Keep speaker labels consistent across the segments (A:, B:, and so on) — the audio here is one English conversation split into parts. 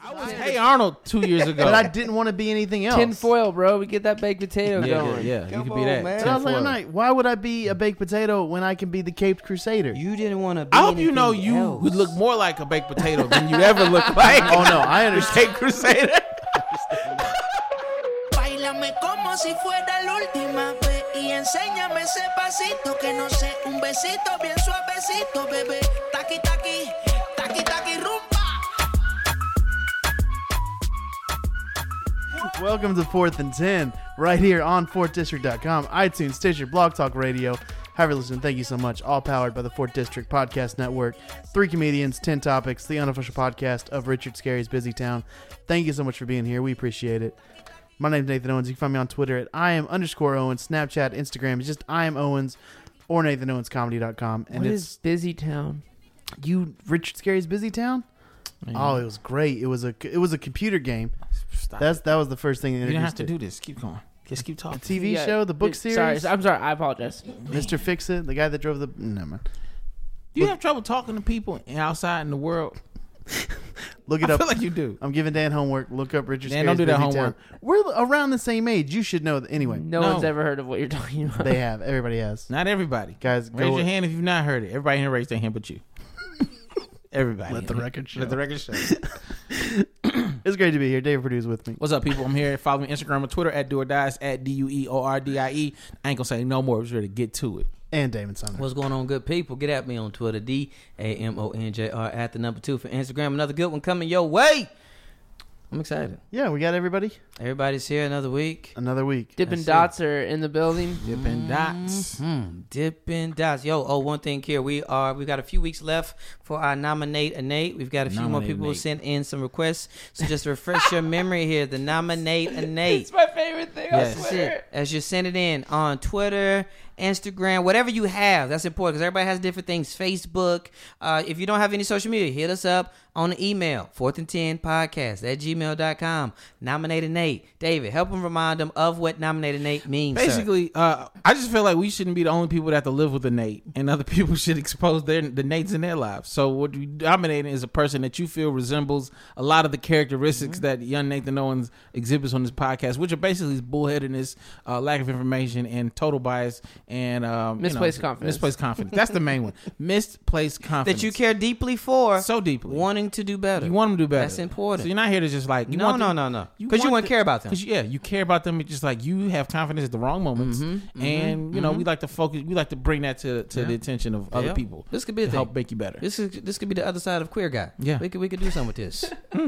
A: Arnold.
B: Hey Arnold two years ago.
C: But I didn't want to be anything else.
A: Tin foil, bro. We get that baked potato
B: yeah, yeah,
A: going.
B: yeah, you
D: Come
B: could be
D: on,
B: that.
D: man.
C: And I was like,
B: tinfoil.
C: I'm not- why would I be a baked potato when I can be the Caped Crusader?
D: You didn't want to. be
B: I hope you know
D: anything
B: you
D: else.
B: would look more like a baked potato than you ever look like.
C: oh no, I understand.
B: Take Crusader.
E: Bailame como si fuera la última vez y enséñame ese pasito que no sé, un besito bien suavecito, bebé. Taqui taqui, taqui taqui rumba.
C: Welcome to Fourth and Ten, right here on FourthDistrict.com, iTunes, Stitcher, Blog Talk Radio. However, listen, thank you so much. All powered by the Fourth District Podcast Network. Three comedians, ten topics, the unofficial podcast of Richard Scarry's Busy Town. Thank you so much for being here. We appreciate it. My name's Nathan Owens. You can find me on Twitter at I am underscore Owens, Snapchat, Instagram. It's just I am Owens or NathanOwensComedy.com. And
A: What
C: it's
A: is busy town?
C: you Richard Scarry's Busy Town? Oh, it was great. It was a it was a computer game.
B: Stop.
C: That's that was the first thing they
B: you don't have
C: introduced
B: to
C: it.
B: do this. Keep going. Just keep talking.
C: TV
A: Yeah,
C: show, the book
A: it-
C: series,
A: Sorry, I'm sorry. I apologize.
C: Mr. Fix It, the guy that drove the never mind.
B: Do you have trouble talking to people outside in the world?
C: Look it
B: I
C: up.
B: feel like you do.
C: I'm giving Dan homework. Look up Richard.
B: Dan, don't
C: Scarry's
B: do that
C: Busy Town.
B: homework.
C: We're around the same age. You should know. That. Anyway,
A: No,
B: No.
A: one's ever heard of what you're talking about.
C: they have. Everybody has.
B: Not everybody.
C: Guys,
B: raise
C: go-
B: your hand if you've not heard it. Everybody here raised their hand, but you. Everybody.
C: Let the record show.
B: Let the record show.
C: It's great to be here. David Purdue's with me.
B: What's up, people? I'm here. Follow me on Instagram and Twitter at do or dies at d u e o r d i e. I ain't gonna say no more. I'm just ready to get to it.
C: And Damon Sumner.
D: What's going on, good people? Get at me on Twitter, D A M O N J R at the number two for Instagram. Another good one coming your way. I'm excited.
C: Yeah, we got everybody.
D: Everybody's here another week.
C: Another week.
A: Dippin'
D: That's it.
A: dots are in the building.
B: Dipping dots.
D: Hmm, dipping dots. Yo, oh, one thing here. We are we got a few weeks left for our nominate a Nate. We've got a few more
B: Nominate a
D: people who
B: Nate.
D: sent in some requests. So just refresh your memory here. The nominate a Nate.
A: It's my favorite thing.
B: Yes.
A: I
D: That's
A: swear.
D: it. As you send it in on Twitter, Instagram, whatever you have, that's important because everybody has different things. Facebook. Uh, if you don't have any social media, hit us up on the email, fourth and 10 podcast at gmail.com. Nominated Nate. David, help him remind them of what nominated Nate means. sir.
B: Basically, uh, I just feel like we shouldn't be the only people that have to live with a Nate, and other people should expose their the Nates in their lives. So, what you dominating is a person that you feel resembles a lot of the characteristics that young Nathan Owens exhibits on this podcast, which are basically his bullheadedness, uh, lack of information, and total bias, and um, you know,
A: Misplaced confidence.
B: Misplaced confidence. That's the main one. Misplaced confidence
D: that you care deeply for,
B: so deeply.
D: wanting to do better.
B: You want them to do better.
D: That's important.
B: So you're not here to just like you
D: No,
B: want them-
D: no, no, no. 'Cause you
B: want
D: wouldn't
B: the-
D: care about them.
B: 'cause, yeah, you care about them. It's just like you have confidence at the wrong moments, and you know we like to focus. We like to bring that to to the attention of other
D: Mm-hmm, Yeah.
B: people.
D: This could be a
B: to
D: thing.
B: help make you better.
D: This is this could be the other side of queer guy.
B: Yeah. Hmm.
D: we could we could do something with this.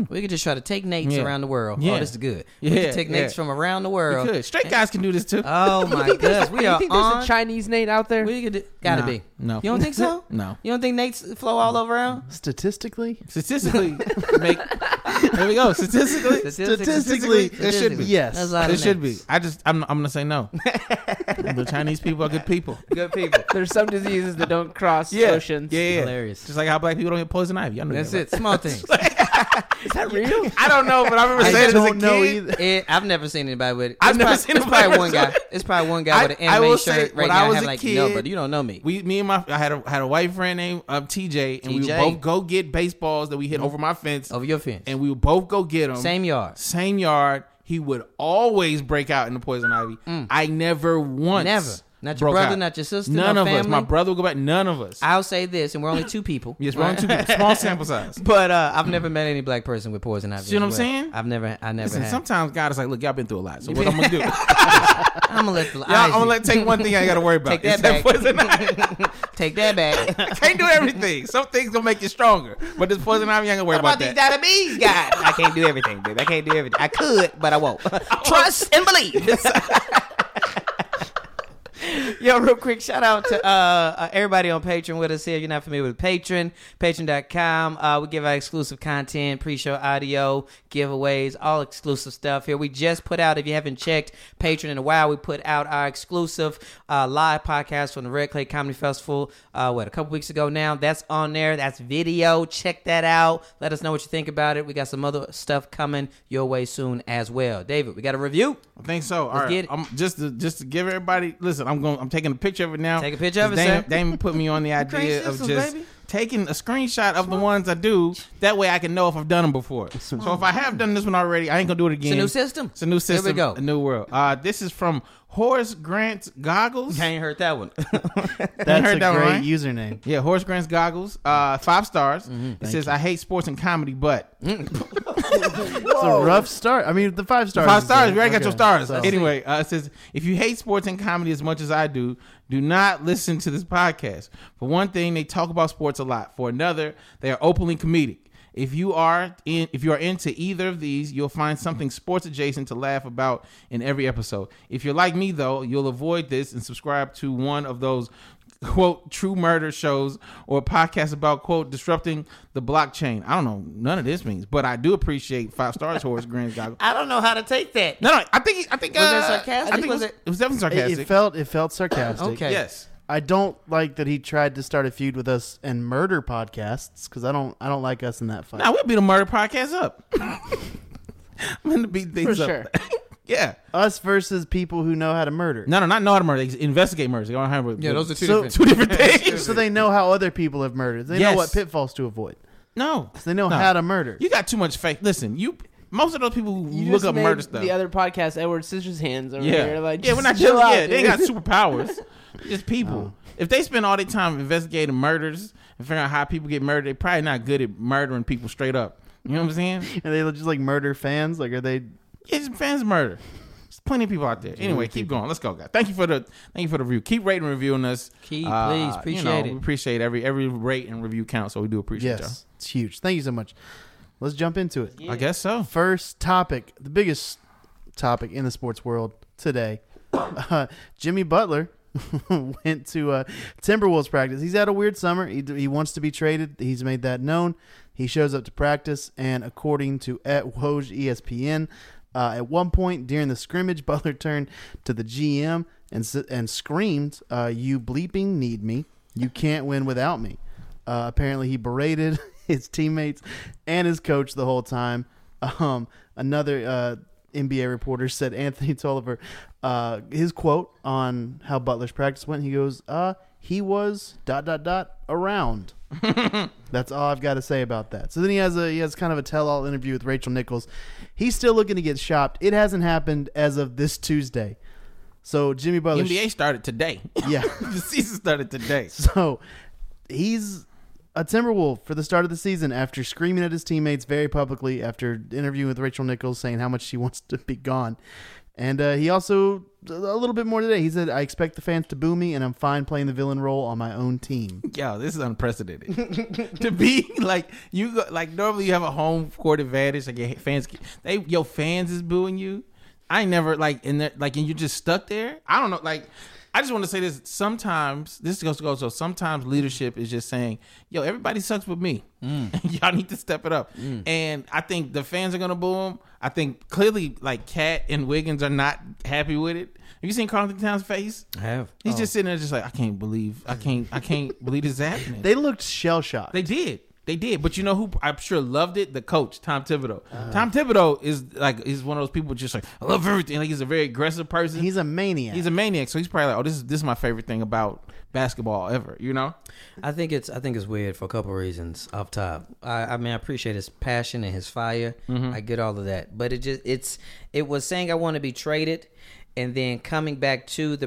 D: we could just try to take Nates
B: Yeah.
D: around the world.
B: Yeah.
D: Oh, this is good. we
B: Yeah,
D: could take
B: yeah.
D: Nates from around the
B: You
D: world.
B: could. Straight guys can do this too.
D: Oh my goodness, we
A: you
D: are
A: think there's
D: on.
A: a Chinese Nate out there?
D: we could do, gotta
B: Nah,
D: be.
B: no.
D: you don't think so?
B: no,
D: You don't think Nate's flow all over around?
C: Statistically,
B: statistically, make there we go. Statistically,
C: Statistically,
B: there should be.
C: Yes.
D: There's a lot
B: it
D: of
B: should be.
D: Nates.
B: I just I'm I'm gonna say no. the Chinese people are good people.
D: good people.
A: There's some diseases that don't cross
B: Yeah.
A: ocenes.
B: Yeah, yeah.
D: Hilarious.
B: Just like how black people don't get poison ivy. Y'all know
D: That's
B: that, right?
D: it. Small things.
A: Is that real?
B: I don't know, but I remember
C: I
B: saying it as a
C: don't know
B: kid.
C: either.
D: It, I've never seen anybody with it.
B: I've
D: It's
B: never
D: probably,
B: seen
D: It's probably
B: anybody
D: one
B: with
D: guy.
B: it.
D: It's probably one guy
B: I-
D: with an
B: I will
D: anime
B: say,
D: shirt right
B: when I
D: now.
B: was
D: having
B: a
D: like, no,
B: kid-
D: but you don't know me.
B: We, me and my, I had a had a white friend named um, TJ, and we would
D: TJ.
B: both go get baseballs that we hit over my fence,
D: Mm-hmm. Over your fence.
B: and we would both go get them.
D: Same yard.
B: same yard. He would always break out in the poison ivy. I never once,
D: Mm. Never. Not your
B: broke
D: brother,
B: out.
D: not your sister,
B: none
D: no
B: of us.
D: family.
B: My brother would go back. None of us.
D: I'll say this, and we're only two people.
B: yes, we're on two people. Small sample size.
D: But uh, I've never met any black person with poison ivy.
B: See what
D: as
B: I'm
D: well.
B: saying?
D: I've never, I never.
B: Listen,
D: have.
B: sometimes God is like, look, y'all been through a lot, so what I'm gonna do? Y'all,
D: I'm gonna let the.
B: I'm gonna let take one thing I ain't gotta worry about.
D: Take
B: It's
D: that back.
B: poison ivy.
D: Take that back.
B: I can't do everything. Some things gonna make you stronger, but this poison ivy, I ain't gonna worry
D: What about
B: about,
D: these
B: that.
D: diabetes guys? I can't do everything, baby. I can't do everything. I could, but I won't. Trust and believe. Yo, real quick, shout out to uh, uh, everybody on Patreon with us here. If you're not familiar with Patreon, patreon.com. Uh, we give out exclusive content, pre show audio, giveaways, all exclusive stuff here. We just put out, if you haven't checked Patreon in a while, we put out our exclusive uh, live podcast from the Red Clay Comedy Festival, uh, what, a couple weeks ago now. That's on there. That's video. Check that out. Let us know what you think about it. We got some other stuff coming your way soon as well. David, we got a review.
B: I think so. All
D: get
B: right.
D: it.
B: I'm just to, just to give everybody. Listen, I'm going. I'm taking a picture of it now.
D: Take a picture of it,
B: Damon,
D: sir.
B: Damon put me on the
D: Great
B: idea of
D: systems,
B: just
D: baby.
B: taking a screenshot of the ones I do. That way I can know if I've done them before. So if I have done this one already, I ain't gonna do it again.
D: It's a new system.
B: It's a new system.
D: Here we go.
B: A new world. Uh, this is from Horace Grant's goggles.
D: I ain't heard that one.
C: That's
B: heard
C: a
B: that one,
C: great
B: right?
C: username.
B: Yeah, Horace Grant's goggles. Uh, five stars.
D: Mm-hmm.
B: It says I hate sports and comedy, but
C: It's a rough start. I mean, the five stars.
B: Five
C: is
B: stars.
C: good.
B: We already got
C: Okay.
B: your stars.
C: So-
B: Anyway, uh, it says if you hate sports and comedy as much as I do, do not listen to this podcast. For one thing, they talk about sports a lot. For another, they are openly comedic. If you are in, if you are into either of these, you'll find something sports adjacent to laugh about in every episode. If you're like me, though, you'll avoid this and subscribe to one of those quote true murder shows or podcasts about quote disrupting the blockchain. I don't know none of this means, but I do appreciate five stars. Horace Grant's goggles.
D: I don't know how to take that.
B: No, no. I think. I think.
D: Was
B: uh,
D: that sarcastic?
B: I think
D: Was
B: it, was,
D: it-
B: it was definitely sarcastic.
C: It, it felt it felt sarcastic.
D: Okay.
B: yes.
C: I don't like that he tried to start a feud with us and murder podcasts because I don't I don't like us in that fight.
B: Now we'll beat the murder podcast up. I'm gonna beat things
A: For
B: up.
A: sure.
B: yeah.
C: Us versus people who know how to murder.
B: No, no, not know how to murder. They investigate murders. They don't have murder.
D: Yeah, those are two
C: So-
D: different.
B: two different things.
C: So they know how other people have murdered. They
B: Yes.
C: know what pitfalls to avoid.
B: no,
C: They know
B: No.
C: how to murder.
B: You got too much faith. Listen, you. Most of those people who
A: You
B: look
A: just
B: up
A: made
B: murder stuff.
A: The other podcast, Edward Scissors Hands, over
B: yeah,
A: here. Like,
B: yeah, we're
A: just
B: not
A: chill
B: just
A: out,
B: yeah. They ain't got
A: dude.
B: superpowers. just people. If they spend all their time investigating murders and figuring out how people get murdered, they probably not good at murdering people straight up. You know what I'm saying?
C: Are they just like murder fans? Like are they?
B: It's fans murder. There's plenty of people out there. Anyway, keep going. Let's go, guys. Thank you for the thank you for the review. Keep rating and reviewing us.
D: Keep,
B: Uh,
D: please.
B: you know,
D: Appreciate it.
B: We appreciate every every rate and review counts, so we do appreciate
C: Yes, it's huge. Thank you so much. Let's jump into it.
B: y'all. I guess so.
C: First topic, the biggest topic in the sports world today. Uh, Jimmy Butler went to uh, Timberwolves practice. He's had a weird summer. He, he wants to be traded. He's made that known. He shows up to practice, and according to at Woj E ESPN, uh, at one point during the scrimmage, Butler turned to the GM and s- and screamed, uh, "You bleeping need me! You can't win without me!" Uh, apparently, he berated his teammates and his coach the whole time. Um, another uh, NBA reporter said Anthony Tolliver, uh, his quote on how Butler's practice went. He goes, "Uh, he was dot dot dot around." That's all I've got to say about that. So then he has a he has kind of a tell-all interview with Rachel Nichols. He's still looking to get shopped. It hasn't happened as of this Tuesday. So Jimmy Butler,
B: NBA started today.
C: yeah.
B: the season started today.
C: So he's a Timberwolf for the start of the season after screaming at his teammates very publicly after interviewing with Rachel Nichols saying how much she wants to be gone. And uh, he also, a little bit more today, he said, I expect the fans to boo me and I'm fine playing the villain role on my own team.
B: Yo, this is unprecedented. to be like you, go, like normally you have a home court advantage. Like your fans, they your fans is booing you. I ain't never like in there, like and you're just stuck there. I don't know. Like I just want to say this. Sometimes this goes to go. So sometimes leadership is just saying, "Yo, everybody sucks but me. Y'all need to step it up." And I think the fans are gonna boo him. I think clearly like Cat and Wiggins are not happy with it. Have you seen Carlton Town's face?
D: I have.
C: Oh.
B: He's just sitting there, just like I can't believe, I can't, I can't believe this is happening. They,
C: They looked shell shocked.
B: did, they did. But you know who I'm sure loved it? The coach, Tom Thibodeau.
C: Uh.
B: Tom Thibodeau is like he's one of those people just like I love everything. Like he's a very aggressive person.
C: He's a maniac.
B: he's a maniac. So he's probably like, oh, this is this is my favorite thing about basketball ever. You know?
D: I think it's I think it's weird for a couple reasons off top. I, I mean I appreciate his passion and his fire.
B: Mm-hmm.
D: I get all of that, but it just it's it was saying I want to be traded, and then coming back to the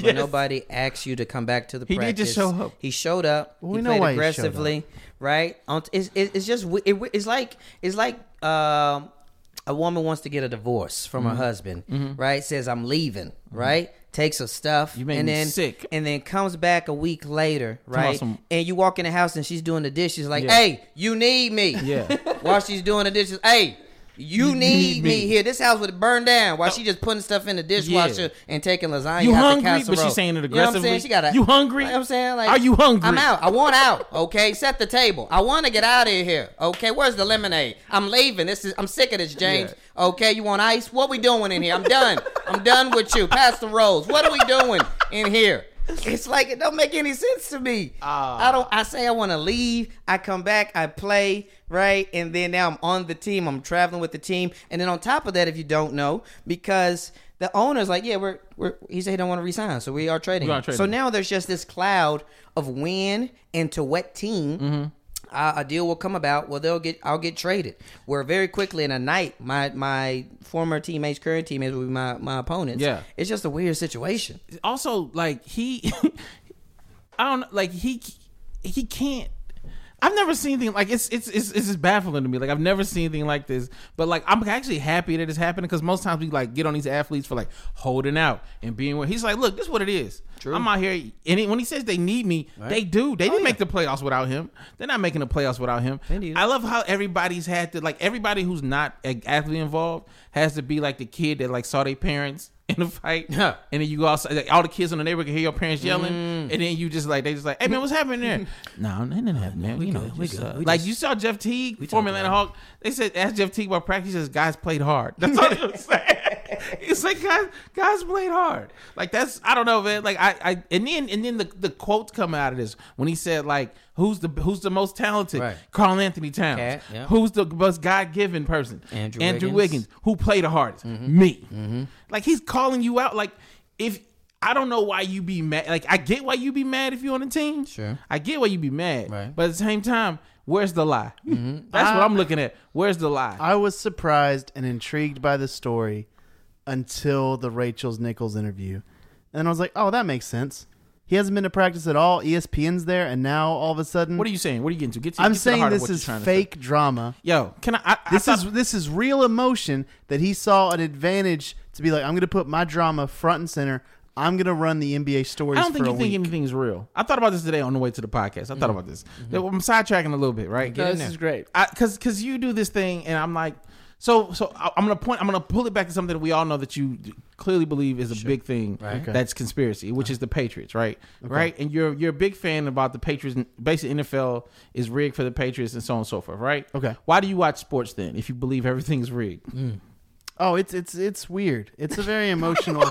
D: when nobody asks you to come back to the
B: He did just
D: practice.
B: show up.
D: He showed up.
C: Well,
D: he
C: we know
D: played
C: why he showed up.
D: aggressively, right? On it's it, it's just we- it, it's like it's like um, a woman wants to get a divorce from
B: Mm-hmm.
D: her husband, right? Says I'm leaving, right? Takes her stuff
B: You made
D: and
B: me
D: then
B: sick.
D: and then comes back a week later,
B: about
D: right?
B: some-
D: and you walk in the house and she's doing the dishes like,
B: Yeah.
D: "Hey, you need me."
B: Yeah.
D: While she's doing the dishes, "Hey, you, need,
B: need
D: me.
B: me.
D: here." This house would burn down while she just putting stuff in the dishwasher and taking lasagna.
B: You
D: out the
B: hungry? But
D: casserole.
B: she's saying it
D: You know what I'm
B: aggressively.
D: saying? She got
B: You hungry?
D: I'm saying like,
B: Are you hungry?
D: I'm out. I want out. Okay, set the table. I want to get out of here. Okay, where's the lemonade? I'm leaving. This is. I'm sick of this, James. Okay, you want ice? What we doing in here? I'm done. I'm done with you. Pass the rolls. What are we doing in here? It's like it don't make any sense to me.
B: Ah.
D: I don't. I say I want to leave. I come back. I play right, and then now I'm on the team. I'm traveling with the team, and then on top of that, if you don't know, because. the owner's like, yeah, we're, we're he said he don't want to resign, so we are trading.
B: We are
D: him.
B: trading
D: So
B: him.
D: now there's just this cloud of when and to what team.
B: Mm-hmm.
D: Uh, a deal will come about. Well, they'll get. I'll get traded. Where very quickly in a night, my my former teammates, current teammates, will be my my opponents.
B: Yeah.
D: it's just a weird situation.
B: also like he I don't like he he can't I've never seen anything like it's it's it's it's just baffling to me. Like I've never seen anything like this. But like I'm actually happy that it's happening because most times we like get on these athletes for like holding out and being where he's like, look, this is what it is. True. Oh, I'm out here, and he- when he says they need me, they do. They didn't make the playoffs without him. They're not making the playoffs without him.
D: do.
B: I love how everybody's had to like everybody who's not a- athlete involved has to be like the kid that like saw their parents in a fight,
D: Yeah.
B: and then you go outside. Like, all the kids in the neighborhood can hear your parents yelling, and then you just like they just like, "Hey man, what's happening there?" no, nothing happened, man. We, know, we good. like you saw Jeff Teague, former Atlanta Hawk. They said ask Jeff Teague about practice. He says guys played hard. That's all he was saying. It's like guys, guys played hard. Like that's I don't know, man. Like I, I and then and then the the quotes come out of this when he said like who's the who's the most talented
D: Right.
B: Carl Anthony Towns.
D: Cat, yeah.
B: Who's the most God given person?
D: Andrew Wiggins.
B: Wiggins. Who played the hardest?
C: Mm-hmm.
B: Me. Like he's calling you out. Like if I don't know why you be mad. Like I get why you be mad if you're on the team.
D: Sure.
B: I get why you be mad.
D: Right.
B: But at the same time, where's the lie?
C: Mm-hmm.
B: That's what I'm looking at. Where's the lie?
C: I was surprised and intrigued by the story until the Rachel's Nichols interview. And I was like, oh, that makes sense. He hasn't been to practice at all. E ESPN's there, and now all of a sudden,
B: what are you saying? What are you getting to? Get to
C: I'm
B: get to the
C: saying
B: heart of
C: this
B: what you're
C: is
B: trying to
C: fake
B: say.
C: drama.
B: Yo, can I? I I
C: This
B: thought-
C: is this is real emotion that he saw an advantage to be like, I'm going to put my drama front and center. I'm going to run the NBA stories.
B: I don't think
C: for
B: you
C: a
B: think
C: week. Mm-hmm.
B: anything's real. I thought about this today on the way to the podcast. I thought about this. I'm sidetracking a little bit, right?
A: No, this is great.
B: I because because you do this thing and I'm like so so I, I'm gonna point I'm gonna pull it back to something that we all know that you d- clearly believe is a big thing
C: Okay. Uh-huh.
B: that's conspiracy which is the Patriots right right and you're you're a big fan about the Patriots and basically NFL is rigged for the Patriots and so on and so forth right
C: Okay.
B: why do you watch sports then if you believe everything's rigged
C: Oh, it's it's it's weird. It's a very emotional.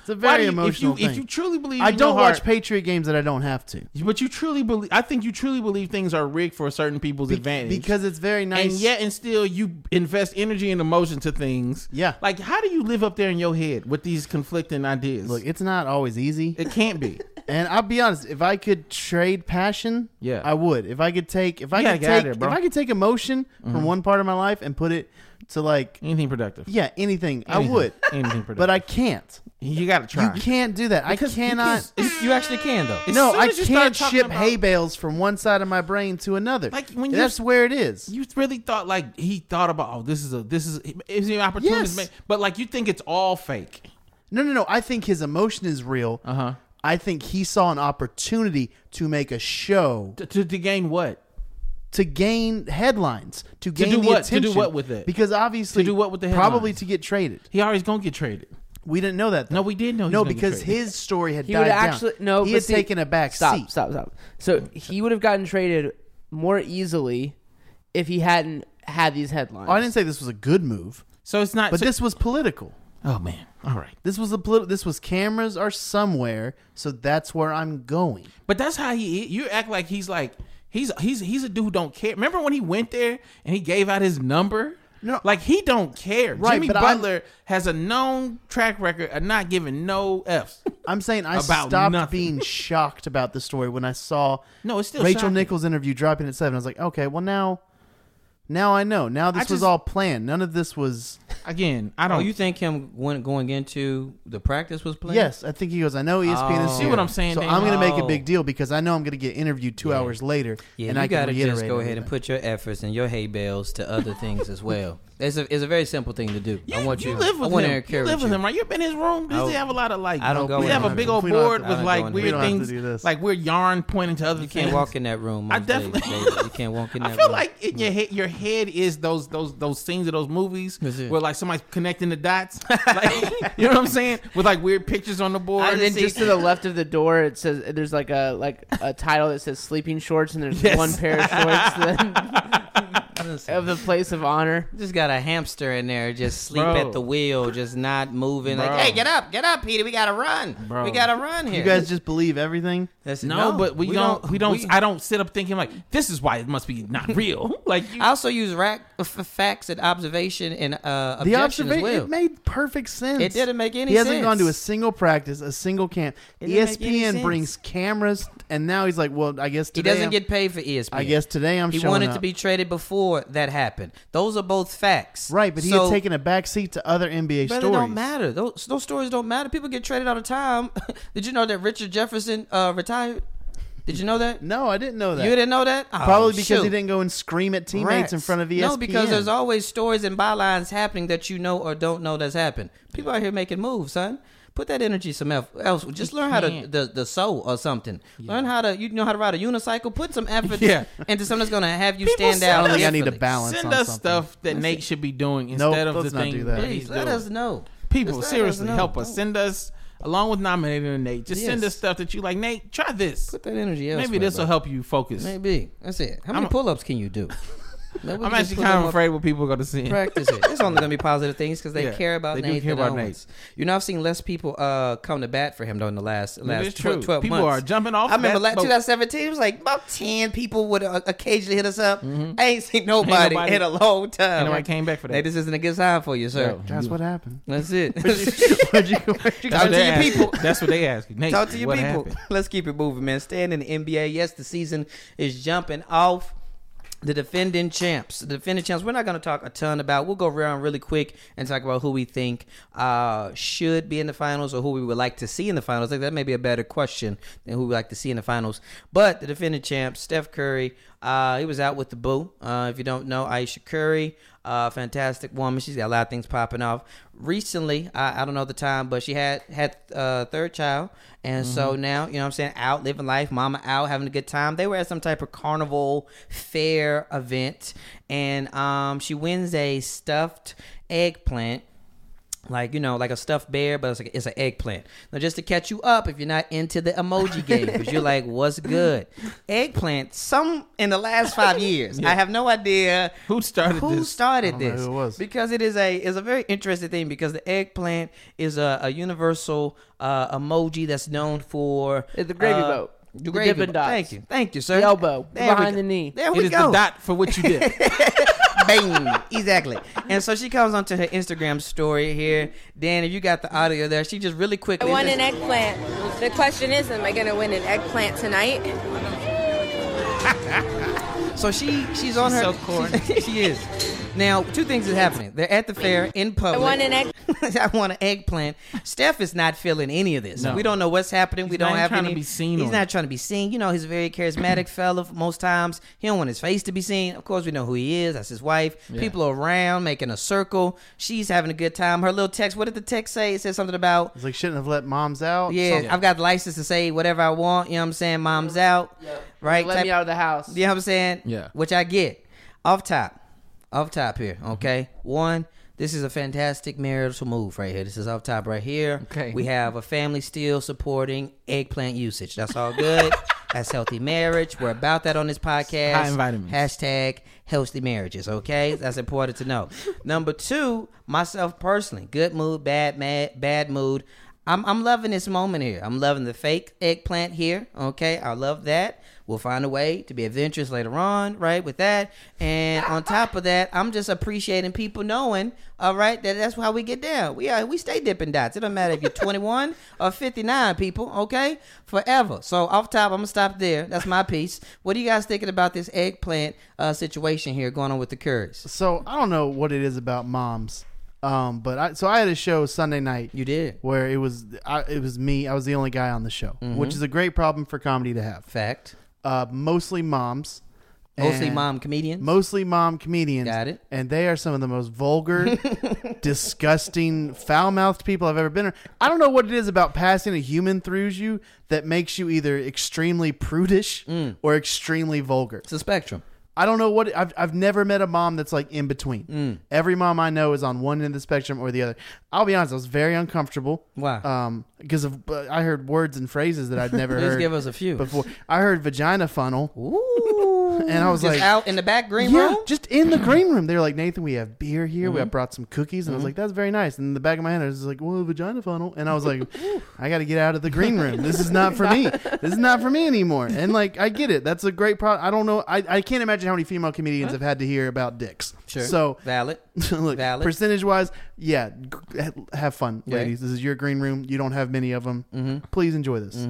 C: it's
B: Why
C: a very
B: do you-
C: emotional
B: if you,
C: thing.
B: if you truly believe
C: I
B: in your
C: don't watch
B: heart-
C: Patriot games that I don't have to.
B: but you truly believe I think you truly believe things are rigged for certain people's advantage
C: because it's very nice.
B: and yet and still you invest energy and emotion to things.
C: Yeah.
B: Like how do you live up there in your head with these conflicting ideas?
C: look, it's not always easy.
B: it can't be.
C: and I'll be honest, if I could trade passion,
B: Yeah.
C: I would. If I could take, if I
B: gotta
C: could
B: get out of
C: take,
B: there, bro. Mm-hmm.
C: if I could take emotion from one part of my life and put it to like,
B: Anything productive.
C: yeah, anything, I
B: Anything.
C: would.
B: Anything productive.
C: But I can't.
B: you gotta try.
C: You can't do that. I cannot.
D: You actually can though.
B: as
C: no,
B: soon
C: I
B: as you start
C: can't
B: talking
C: ship
B: about-
C: hay bales from one side of my brain to another.
B: Like, when you-
C: that's where it is.
B: you really thought like he thought about oh this is a this is is an opportunity
C: Yes.
B: ma- but like you think it's all fake.
C: No, no, no. I think his emotion is real. Uh
B: Uh-huh.
C: I think he saw an opportunity to make a show
B: To, to, to gain what?
C: to gain headlines, to gain
B: do
C: the
B: what? To do
C: attention.
B: what with it?
C: Because obviously,
B: To do what with the
C: probably
B: headlines?
C: to get traded.
B: He always gonna get traded.
C: We didn't know that. Though.
B: No, we did know he
C: No,
B: was gonna get
C: because
B: traded.
C: his story had
A: He
C: died
A: would
C: down.
A: actually no.
C: he
A: but
C: had
A: see-
C: taken a back
A: stop,
C: seat.
A: Stop, stop, So he would have gotten traded more easily if he hadn't had these headlines.
C: Oh, I didn't say this was a good move,
B: So it's not
C: but
B: so-
C: this was political.
B: Oh man. All right.
C: This was a politi- This was cameras are somewhere, so that's where I'm going.
B: But that's how he. is. You act like he's like he's he's he's a dude who don't care. Remember when he went there and he gave out his number?
C: No.
B: like he don't care.
C: Right,
B: Jimmy
C: but I'm-
B: Butler has a known track record of not giving no f's.
C: I'm saying I
B: About
C: stopped
B: nothing.
C: being shocked about the story when I saw
B: No, it's still
C: Rachel
B: shocking.
C: Nichols interview dropping at seven. I was like, okay, well now, now I know. Now this
B: I
C: was
B: just-
C: all planned. None of this was.
B: Again, I
D: Oh,
B: don't.
D: you think him when going into the practice was planned?
C: Yes, I think he goes. I know E ESPN is
D: Oh.
B: See
C: here,
B: what I'm saying,
C: So
B: Dan?
C: I'm going to make a
D: Oh.
C: big deal because I know I'm going to get interviewed two hours later,
D: Yeah,
C: and
D: you
C: I
D: gotta
C: can reiterate.
D: just go ahead and
C: everything.
D: put your efforts and your hay bales to other things as well. It's a it's a very simple thing to do. I want you.
B: live with
D: I want to
B: him. You
D: encourage
B: live with him, right? You've been in his room. Does
D: don't-
B: he have a lot of like?
D: I don't go
B: We
D: in
B: have a
D: there.
B: big old
C: We don't have
B: board
C: to-
B: with
D: I don't go
B: like
D: in
B: weird
D: there. We don't
C: have to
B: things,
C: do this.
B: like weird yarn pointing to other
D: You
B: things.
D: can't walk in that room.
B: I
D: most days,
B: definitely-
D: baby. You can't walk in that
B: I feel
D: room.
B: like in your head, your head is those those those scenes of those movies
D: That's it.
B: where like somebody's connecting the dots, like, you know what I'm saying, with like weird pictures on the board.
A: and then just to the left of the door, it says there's like a like a title that says sleeping shorts, and there's
B: Yes.
A: one pair of shorts. Then of the place of honor.
D: Just got a hamster in there, just sleep
B: Bro.
D: at the wheel, just not moving.
B: Bro.
D: Like, hey, get up, get up, Peter. We gotta run.
B: Bro.
D: We gotta run here.
C: You guys just believe everything?
D: That's-
B: No, but we, don't, We don't. I don't sit up thinking like this is why it must be not real. like you,
D: I also use rack, f- facts and observation and uh,
C: The
D: objection as
C: observation
D: well.
C: it made perfect sense.
D: It didn't make any
C: He hasn't
D: sense.
C: gone to a single practice, a single camp. E
D: It didn't make any
C: ESPN
D: sense.
C: brings cameras, and now he's like, "Well, I guess
D: he
C: today
D: doesn't
C: I'm-
D: get paid for E ESPN.
C: I guess today I'm
D: he
C: showing
D: wanted
C: up.
D: to be traded before that happened. Those are both facts,
C: right." But he
D: So-
C: had taken a back seat to other NBA
D: But
C: stories.
D: They don't matter. Those, those stories don't matter. People get traded all the time. Did you know that Richard Jefferson uh, retired? Did you know that?
C: No, I didn't know that.
D: You didn't know that? Oh,
C: Probably because
D: shoot.
C: he didn't go and scream at teammates in
D: Rats.
C: front of E ESPN.
D: No, because there's always stories and bylines happening that you know or don't know that's happened. People out here making moves, son. Put that energy somewhere else. Just learn how to the, the sew or something. Learn how to you know how to ride a unicycle. Put some effort
B: Yeah.
D: into something that's gonna have you
B: People
D: stand
B: send
D: out.
B: us-
C: I think I need
D: differently.
C: to balance
B: send
C: on
B: us
C: something.
B: stuff that Nate should be doing
C: Nope,
B: instead of the
C: let's not
B: thing.
C: do that.
B: he's
D: Please let
B: doing.
D: us know.
B: People,
D: Just let
B: seriously,
D: know.
B: help us.
D: Don't
B: Send us along with nominating Nate. Just send
D: Yes.
B: us stuff that you like. Nate, try this.
D: Put that energy elsewhere.
B: Maybe this will
D: bro.
B: help you focus.
D: Maybe that's it. How many
B: I'm-
D: pull-ups can you do? Maybe we
B: I'm
D: can
B: actually
D: pull
B: kind
D: them
B: of
D: up
B: afraid what people are going to see.
D: practice it. It's only gonna be positive things because they
B: Yeah,
D: care about
B: they do
D: Nate.
B: care
D: than
B: about
D: Owens. You know, I've seen less people uh, come to bat for him during the last last
B: It's true.
D: tw- twelve
B: People
D: months.
B: are jumping off
D: I remember
B: that
D: last
B: boat.
D: 2017. It was like about ten people would uh, occasionally hit us up. I ain't seen
B: Mm-hmm.
D: nobody,
B: nobody-
D: in a long time.
B: ain't nobody came back for that.
D: Nate, this isn't a good sign for you, sir.
B: No.
C: That's what happened.
D: That's it.
C: Where'd you, where'd
B: That's
C: you
D: Talk
B: what
D: to
B: they
D: your
B: ask you.
D: people.
B: That's what they ask you. Nate,
D: Talk to your
B: what
D: people.
B: happened?
D: Let's keep it moving, man. Staying in the NBA. Yes, the season is jumping off. The defending champs. The defending champs, we're not going to talk a ton about. We'll go around really quick and talk about who we think uh, should be in the finals or who we would like to see in the finals. I think that may be a better question than who we like to see in the finals. But the defending champs, Steph Curry, uh, he was out with the boo. Uh, if you don't know, Aisha Curry, uh, fantastic woman. She's got a lot of things popping off. Recently, I, I don't know the time, but she had had uh, third child, and so
B: Mm-hmm.
D: now you know what I'm saying out living life, mama out having a good time. They were at some type of carnival fair event, and um, she wins a stuffed eggplant like you know, like a stuffed bear, but it's like it's an eggplant. Now, just to catch you up, if you're not into the emoji game, because you're like, "What's good?" Eggplant. Some in the last five years, I have no idea
B: Who started
D: who
B: this?
D: started
C: know
D: this.
C: who it was.
D: because it is a is a very interesting thing because the eggplant is a, a universal uh, emoji that's known for
A: It's the gravy
D: uh,
A: boat.
D: The
A: The
D: gravy
A: Dippin'
D: boat.
A: Dots.
D: Thank you, thank you, sir.
A: The elbow,
D: we
A: behind the
D: go.
A: knee.
D: There
B: It
D: we
B: is
D: go
B: the dot for what you did.
D: bang exactly and so she comes onto her instagram story here dan if you got the audio there she just really
F: I
D: quickly
F: won an eggplant. The question is, am I going to win an eggplant tonight?
D: so she she's on her
B: so corny.
D: she is now two things is happening they're at the fair in
F: I
D: public
F: won an egg.
D: I want an eggplant. Steph is not feeling any of this.
B: No.
D: We don't know what's happening. we
B: He's
D: don't
B: not
D: have
B: trying to
D: any.
B: be seen
D: he's
B: on
D: not
B: it.
D: trying to be seen. You know, he's a very charismatic fella. f- Most times, he don't want his face to be seen. Of course, we know who he is. That's his wife. People are around making a circle. She's having a good time. Her little text. What did the text say? It said something about
C: It's like shouldn't have let moms
B: Oh,
C: out.
D: yeah,
C: Something.
D: I've got the license to say whatever I want. You know what I'm saying? Mom's out. Right?
A: Let
D: Type-
A: me out of the house.
D: You know what I'm saying?
B: Yeah.
D: Which I get. Off top. Off top here.
B: Mm-hmm.
D: Okay. One, this is a fantastic marital move right here. This is off top right here.
B: Okay.
D: We have a family still supporting eggplant usage. That's all good. That's healthy marriage. We're about that on this podcast.
B: High in vitamins.
D: Hashtag healthy marriages, okay? That's important to know. Number two, myself personally, good mood, bad mad, bad mood. I'm, I'm loving this moment here. I'm loving the fake eggplant here, okay? I love that. We'll find a way to be adventurous later on, right? With that. And on top of that, I'm just appreciating people knowing, all right, that that's how we get down. We are, we stay dipping dots. It don't matter if you're 21 or 59, people, okay? Forever. So off top, I'm gonna stop there. That's my piece. What are you guys thinking about this eggplant uh, situation here going on with the Curries?
C: So I don't know what it is about moms, um, but I so I had a show Sunday night.
D: You did.
C: where it was I, it was me. I was the only guy on the show, which is a great problem for comedy to have.
D: Mm-hmm. Fact.
C: Uh, mostly moms,
D: Mostly
C: and-
D: mom comedians.
C: mostly mom comedians.
D: Got it.
C: And they are some of the most vulgar, disgusting, foul mouthed people I've ever been. around. I don't know what it is about passing a human through you
D: Mm.
C: that makes you either extremely prudish or extremely vulgar.
D: it's a spectrum.
C: I don't know what I've I've never met a mom that's like in between.
D: Mm.
C: Every mom I know is on one end of the spectrum or the other. I'll be honest, I was very uncomfortable.
D: Why?
C: Um, because of but I heard words and phrases that I'd never
D: Please
C: heard.
D: give us a few.
C: before. I heard vagina funnel,
D: Ooh.
C: and I was
D: Just
C: like,
D: out in the back green
C: yeah,
D: room. Mm-hmm.
C: just in the green room. They were like, Nathan, we have beer here. We have brought some cookies. And I was like, that's very nice. And in the back of my head, I was like, well, vagina funnel. And I was like, I got to get out of the green room. This is not for me. This is not for me anymore. And like, I get it. That's a great problem. I don't know. I, I can't imagine how many female comedians have had to hear about dicks.
D: Sure.
C: So
D: valid.
C: look,
D: Valid.
C: percentage wise, yeah, g- ha- have fun,
D: Yeah.
C: ladies. This is your green room. You don't have many of them. Please enjoy this.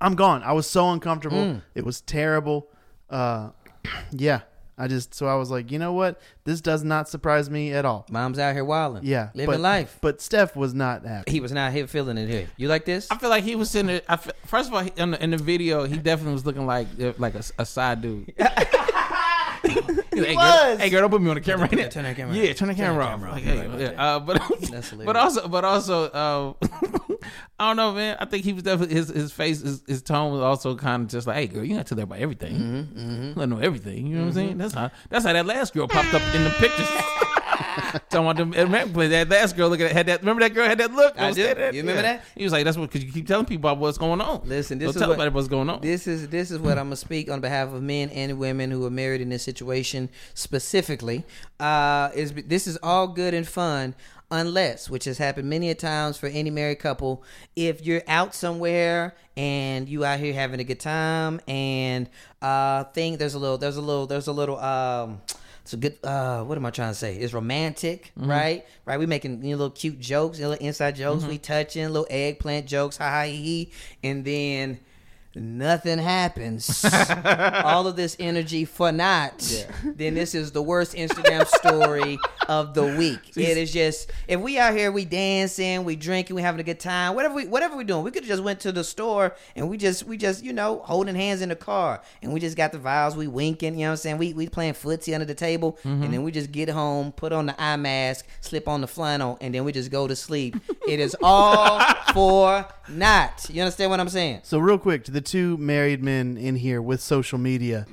C: I'm gone. I was so uncomfortable. It was terrible. Uh, yeah, I just so I was like, you know what? This does not surprise me at all.
D: Mom's out here wilding.
C: Yeah,
D: Living
C: but,
D: life.
C: But Steph was not happy.
D: he was not here feeling it here. You like this?
B: I feel like he was in the. I fe- first of all, he- in the, in the video, he definitely was looking like like a, a side dude. he hey, Girl,
D: was.
B: hey, girl, don't put me on the camera right now.
D: Turn that camera
B: Yeah, turn the camera off. Like, hey, yeah. Uh, but but also but also uh, I don't know, man. I think he was definitely his his face his, his tone was also kind of just like, hey, girl, you got to tell everybody everything.
D: Mm-hmm,
B: Let them know everything. You know what I'm saying? That's how that's how that last girl popped up in the pictures. Talking about them, remember that last girl looking at had that. Remember that girl had that look.
D: I
B: was
D: do.
B: standing-
D: You remember that?
B: He was like, "That's what because you keep telling people about what's going on."
D: Listen,
B: Don't
D: this is
B: tell
D: what-
B: everybody what's going on.
D: This is this is what I'm gonna speak on behalf of men and women who are married in this situation specifically. Uh, is this is all good and fun unless, which has happened many a times for any married couple, if you're out somewhere and you out here having a good time and uh, thing there's a little there's a little there's a little um. It's a good. Uh, what am I trying to say? It's romantic, right? Right. We making you know, little cute jokes, little inside jokes. We touching little eggplant jokes. Ha ha he. he. And then nothing happens, all of this energy for naught, then this is the worst Instagram story of the week. It is just if we out here, we dancing, we drinking, we having a good time, whatever we whatever we doing. We could have just went to the store and we just we just you know holding hands in the car and we just got the vials, we winking, you know what I'm saying? We we playing footsie under the table and then we just get home, put on the eye mask, slip on the flannel, and then we just go to sleep. it is all for naught. You understand what I'm saying?
C: So real quick to the two married men in here with social media.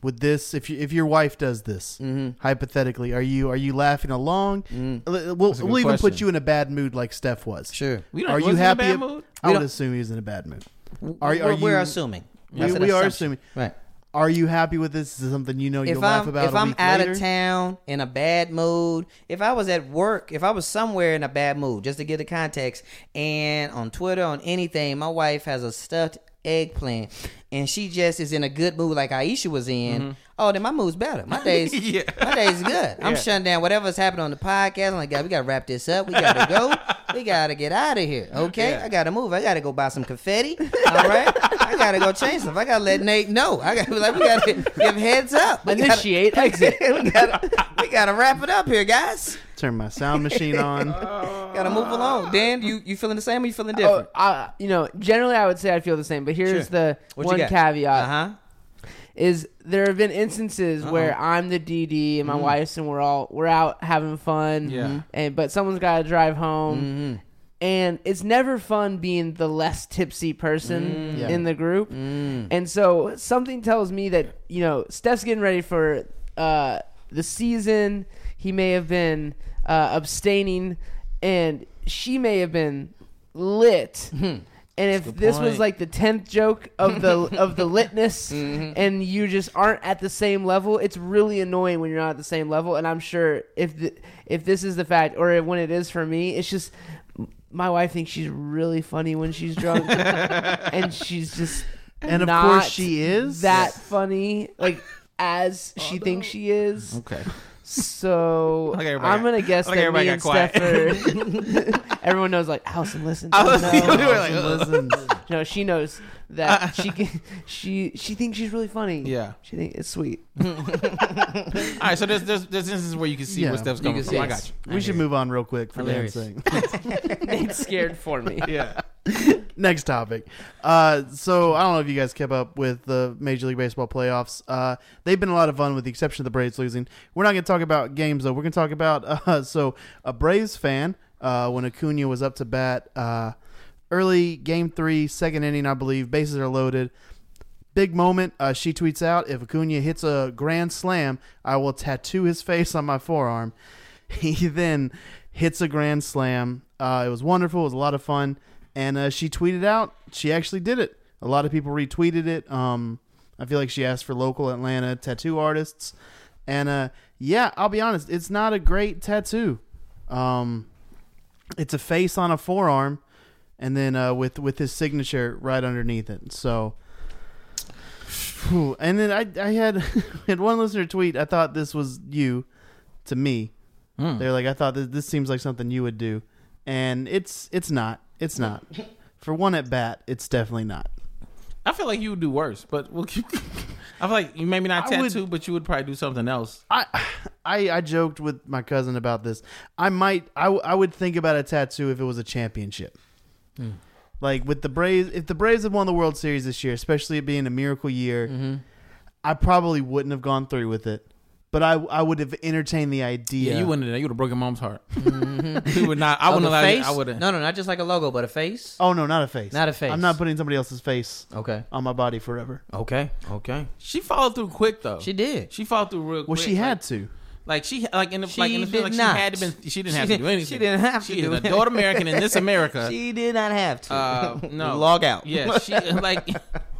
C: With this, if you, if your wife does this,
D: Mm-hmm.
C: hypothetically, are you are you laughing along? L- We'll,
B: a good
C: we'll even put
B: question.
C: you in a bad mood like Steph was.
D: Sure.
B: We don't-
C: are you
B: was he in a
C: happy?
B: bad
C: ab-
B: mood?
C: I
D: We
C: would
D: don't-
C: assume he's in a bad mood. Are,
D: Are,
C: are
D: we're, we're
C: you-
D: assuming.
C: We-
D: That's an
C: we are
D: assumption.
C: assuming.
D: Right.
C: Are you happy with this? Is this something you know you'll
D: If
C: laugh
D: I'm
C: about?
D: if
C: i
D: I'm out of town in a bad mood, if I was at work, if I was somewhere in a bad mood, just to get the context, and on Twitter, on anything, my wife has a stuffed eggplant, and she just is in a good mood like Aisha was in.
C: Mm-hmm.
D: Oh, then my mood's better. My days,
B: Yeah.
D: my days good. I'm shutting down whatever's happening on the podcast. I'm like, God, we gotta wrap this up. We gotta go. we gotta get out of here. Okay, I gotta move. I gotta go buy some confetti. All right, I gotta go change stuff. I gotta let Nate know. I gotta like, we gotta give heads up. We gotta-
A: Initiate exit.
D: we gotta we gotta wrap it up here, guys.
C: Turn my sound machine on.
D: Gotta move along. Dan, you you feeling the same or you feeling
A: Oh,
D: different?
A: uh, you know, generally I would say I feel the same, but here's the
D: What you
A: one
D: got?
A: caveat:
D: Uh huh.
A: is there have been instances where I'm the DD and my wife's, and we're all we're out having fun,
B: Yeah.
A: and but someone's got to drive home. And it's never fun being the less tipsy person
C: Yeah.
A: in the group. And so something tells me that, you know, Steph's getting ready for uh, the season. He may have been uh, abstaining, and she may have been lit. And if this was
B: point.
A: like the tenth joke of the of the litness, and you just aren't at the same level, it's really annoying when you're not at the same level. And I'm sure if the, if this is the fact, or when it is for me, it's just my wife thinks she's really funny when she's drunk, and she's just
C: And of
A: not
C: course she is.
A: that funny, like as she thinks she is.
B: okay.
A: So
B: Like everybody
A: I'm
B: got-
A: gonna guess
B: like
A: that
B: everybody
A: me
B: got
A: and
B: quiet.
A: Steph are- everyone knows like Allison listens.
B: I was,
A: no,
B: we were like, "Ugh."
C: Listen,
A: no, she knows that she can, she she thinks she's really funny.
B: Yeah.
A: she thinks it's sweet.
B: all right. So there's there's there's instances where you can see
C: Yeah.
B: where Steph's
D: You
B: coming
D: can
B: from.
D: see
B: I
D: it.
B: got you.
C: we should move on real quick for Dan's
D: Hilarious.
C: sake.
A: Nate's scared for me.
B: Yeah.
C: Next topic. Uh, so I don't know if you guys kept up with the Major League Baseball playoffs. Uh, they've been a lot of fun, with the exception of the Braves losing. We're not going to talk about games though. We're going to talk about uh, so a Braves fan uh, when Acuna was up to bat uh, early game three, second inning, I believe. Bases are loaded. Big moment. Uh, she tweets out, if Acuna hits a grand slam, I will tattoo his face on my forearm. He then hits a grand slam. Uh, it was wonderful. It was a lot of fun. And uh, she tweeted out, she actually did it. A lot of people retweeted it. Um, I feel like she asked for local Atlanta tattoo artists. And uh, yeah, I'll be honest, it's not a great tattoo. Um, it's a face on a forearm, and then uh, with with his signature right underneath it. So, Phew. and then I I had had one listener tweet. I thought this was you to me.
B: Hmm.
C: They're like, I thought this, this seems like something you would do, and it's it's not. It's not. For one at bat, it's definitely not.
B: I feel like you would do worse, but we'll keep. I feel like you maybe not
C: I would-
B: tattoo, but you would probably do something else.
C: I, I I joked with my cousin about this. I might I, w- I would think about a tattoo if it was a championship.
B: Hmm.
C: Like with the Braves, if the Braves had won the World Series this year, especially it being a miracle year,
B: Mm-hmm.
C: I probably wouldn't have gone through with it. But I I would have entertained the idea.
B: Yeah, you wouldn't. have done- You would have broken mom's heart. you would not. I
D: Mm-hmm. Of
B: wouldn't
D: a
B: allow you.
D: face?
B: I wouldn't.
D: No, no, not just like a logo, but a face.
C: Oh no, not a face.
D: Not a face.
C: I'm not putting somebody else's face
D: Okay.
C: on my body forever.
D: Okay. Okay.
B: She followed through quick though.
D: She did.
B: She followed through real quick.
C: Well, she
B: like-
C: had to.
B: Like she like in the
D: She
B: like in the
D: did
B: field, like
D: not.
B: she had to been she didn't
D: She
B: have to
D: did-
B: do anything.
D: she didn't have to
B: She
D: do
B: is an
D: it.
B: adult American in this America.
D: She did not have to.
B: uh, no,
D: Log out.
B: Yeah, she like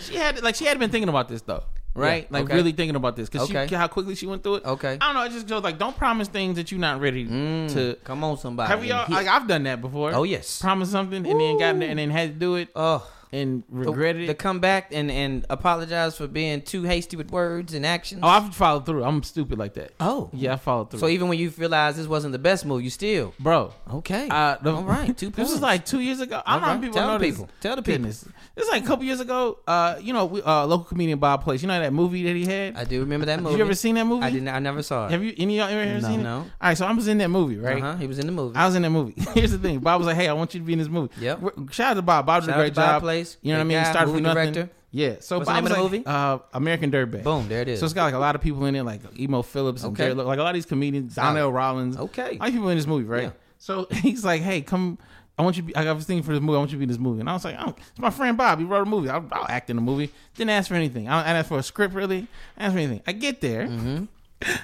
B: she had like she had been thinking about this though, right?
D: Yeah,
B: like
D: okay.
B: really thinking about this because
D: Okay.
B: she how quickly she went through it.
D: Okay.
B: I don't know. It just goes like don't promise things that you're not ready to.
D: Come on, somebody.
B: Have we all like I've done that before?
D: Oh, yes.
B: promise something and then got in there and then had to do it
D: oh,
B: and
D: the,
B: regretted
D: to
B: it.
D: come back and and apologize for being too hasty with words and actions.
B: Oh, I've followed through. I'm stupid like that.
D: Oh.
B: yeah, I followed through.
D: so even when you realize this wasn't the best move, you still
B: bro.
D: okay.
B: Uh, the,
D: all right. Two
B: This
D: points.
B: was like two years ago. I don't know
D: All
B: how
D: right.
B: people
D: Tell
B: know
D: the
B: this.
D: people. Tell the people.
B: Goodness. This is like a couple years ago. Uh, you know, we, uh, local comedian Bob Place. You know that movie that he had.
D: I do remember that movie.
B: Have you ever seen that movie?
D: I didn't. I never saw it.
B: Have you? Any of y'all ever seen it?
D: No.
B: All right, so I was in that movie, right?
D: Uh-huh. He was in the movie.
B: I was in that movie. Here's the thing. Bob was like, "Hey, I want you to be in this movie."
D: Yep.
B: R- Shout out to Bob. Bob did
D: Shout
B: a
D: out
B: great
D: to Bob
B: job.
D: Place.
B: You know what I
D: Great
B: mean? He
D: guy,
B: started
D: movie
B: from nothing.
D: director.
B: Yeah. So
D: What's
B: Bob
D: the name
B: was
D: of the
B: like,
D: movie?
B: Uh, American Dirtbag.
D: Boom, there it is.
B: So it's got like a lot of people in it, like Emo Phillips and
D: Okay.
B: Jerry, Lo- like a lot of these comedians,
D: Solid.
B: Donnell Rollins.
D: Okay.
B: A lot of people in this movie, right?
D: Yeah.
B: So he's like, "Hey, come." I want you. To be, I got this thing for this movie. I want you to be in this movie. And I was like, oh, "It's my friend Bob. He wrote a movie. I'll, I'll act in the movie." Didn't ask for anything. I don't ask for a script really. I asked for anything. I get there.
D: Mm-hmm.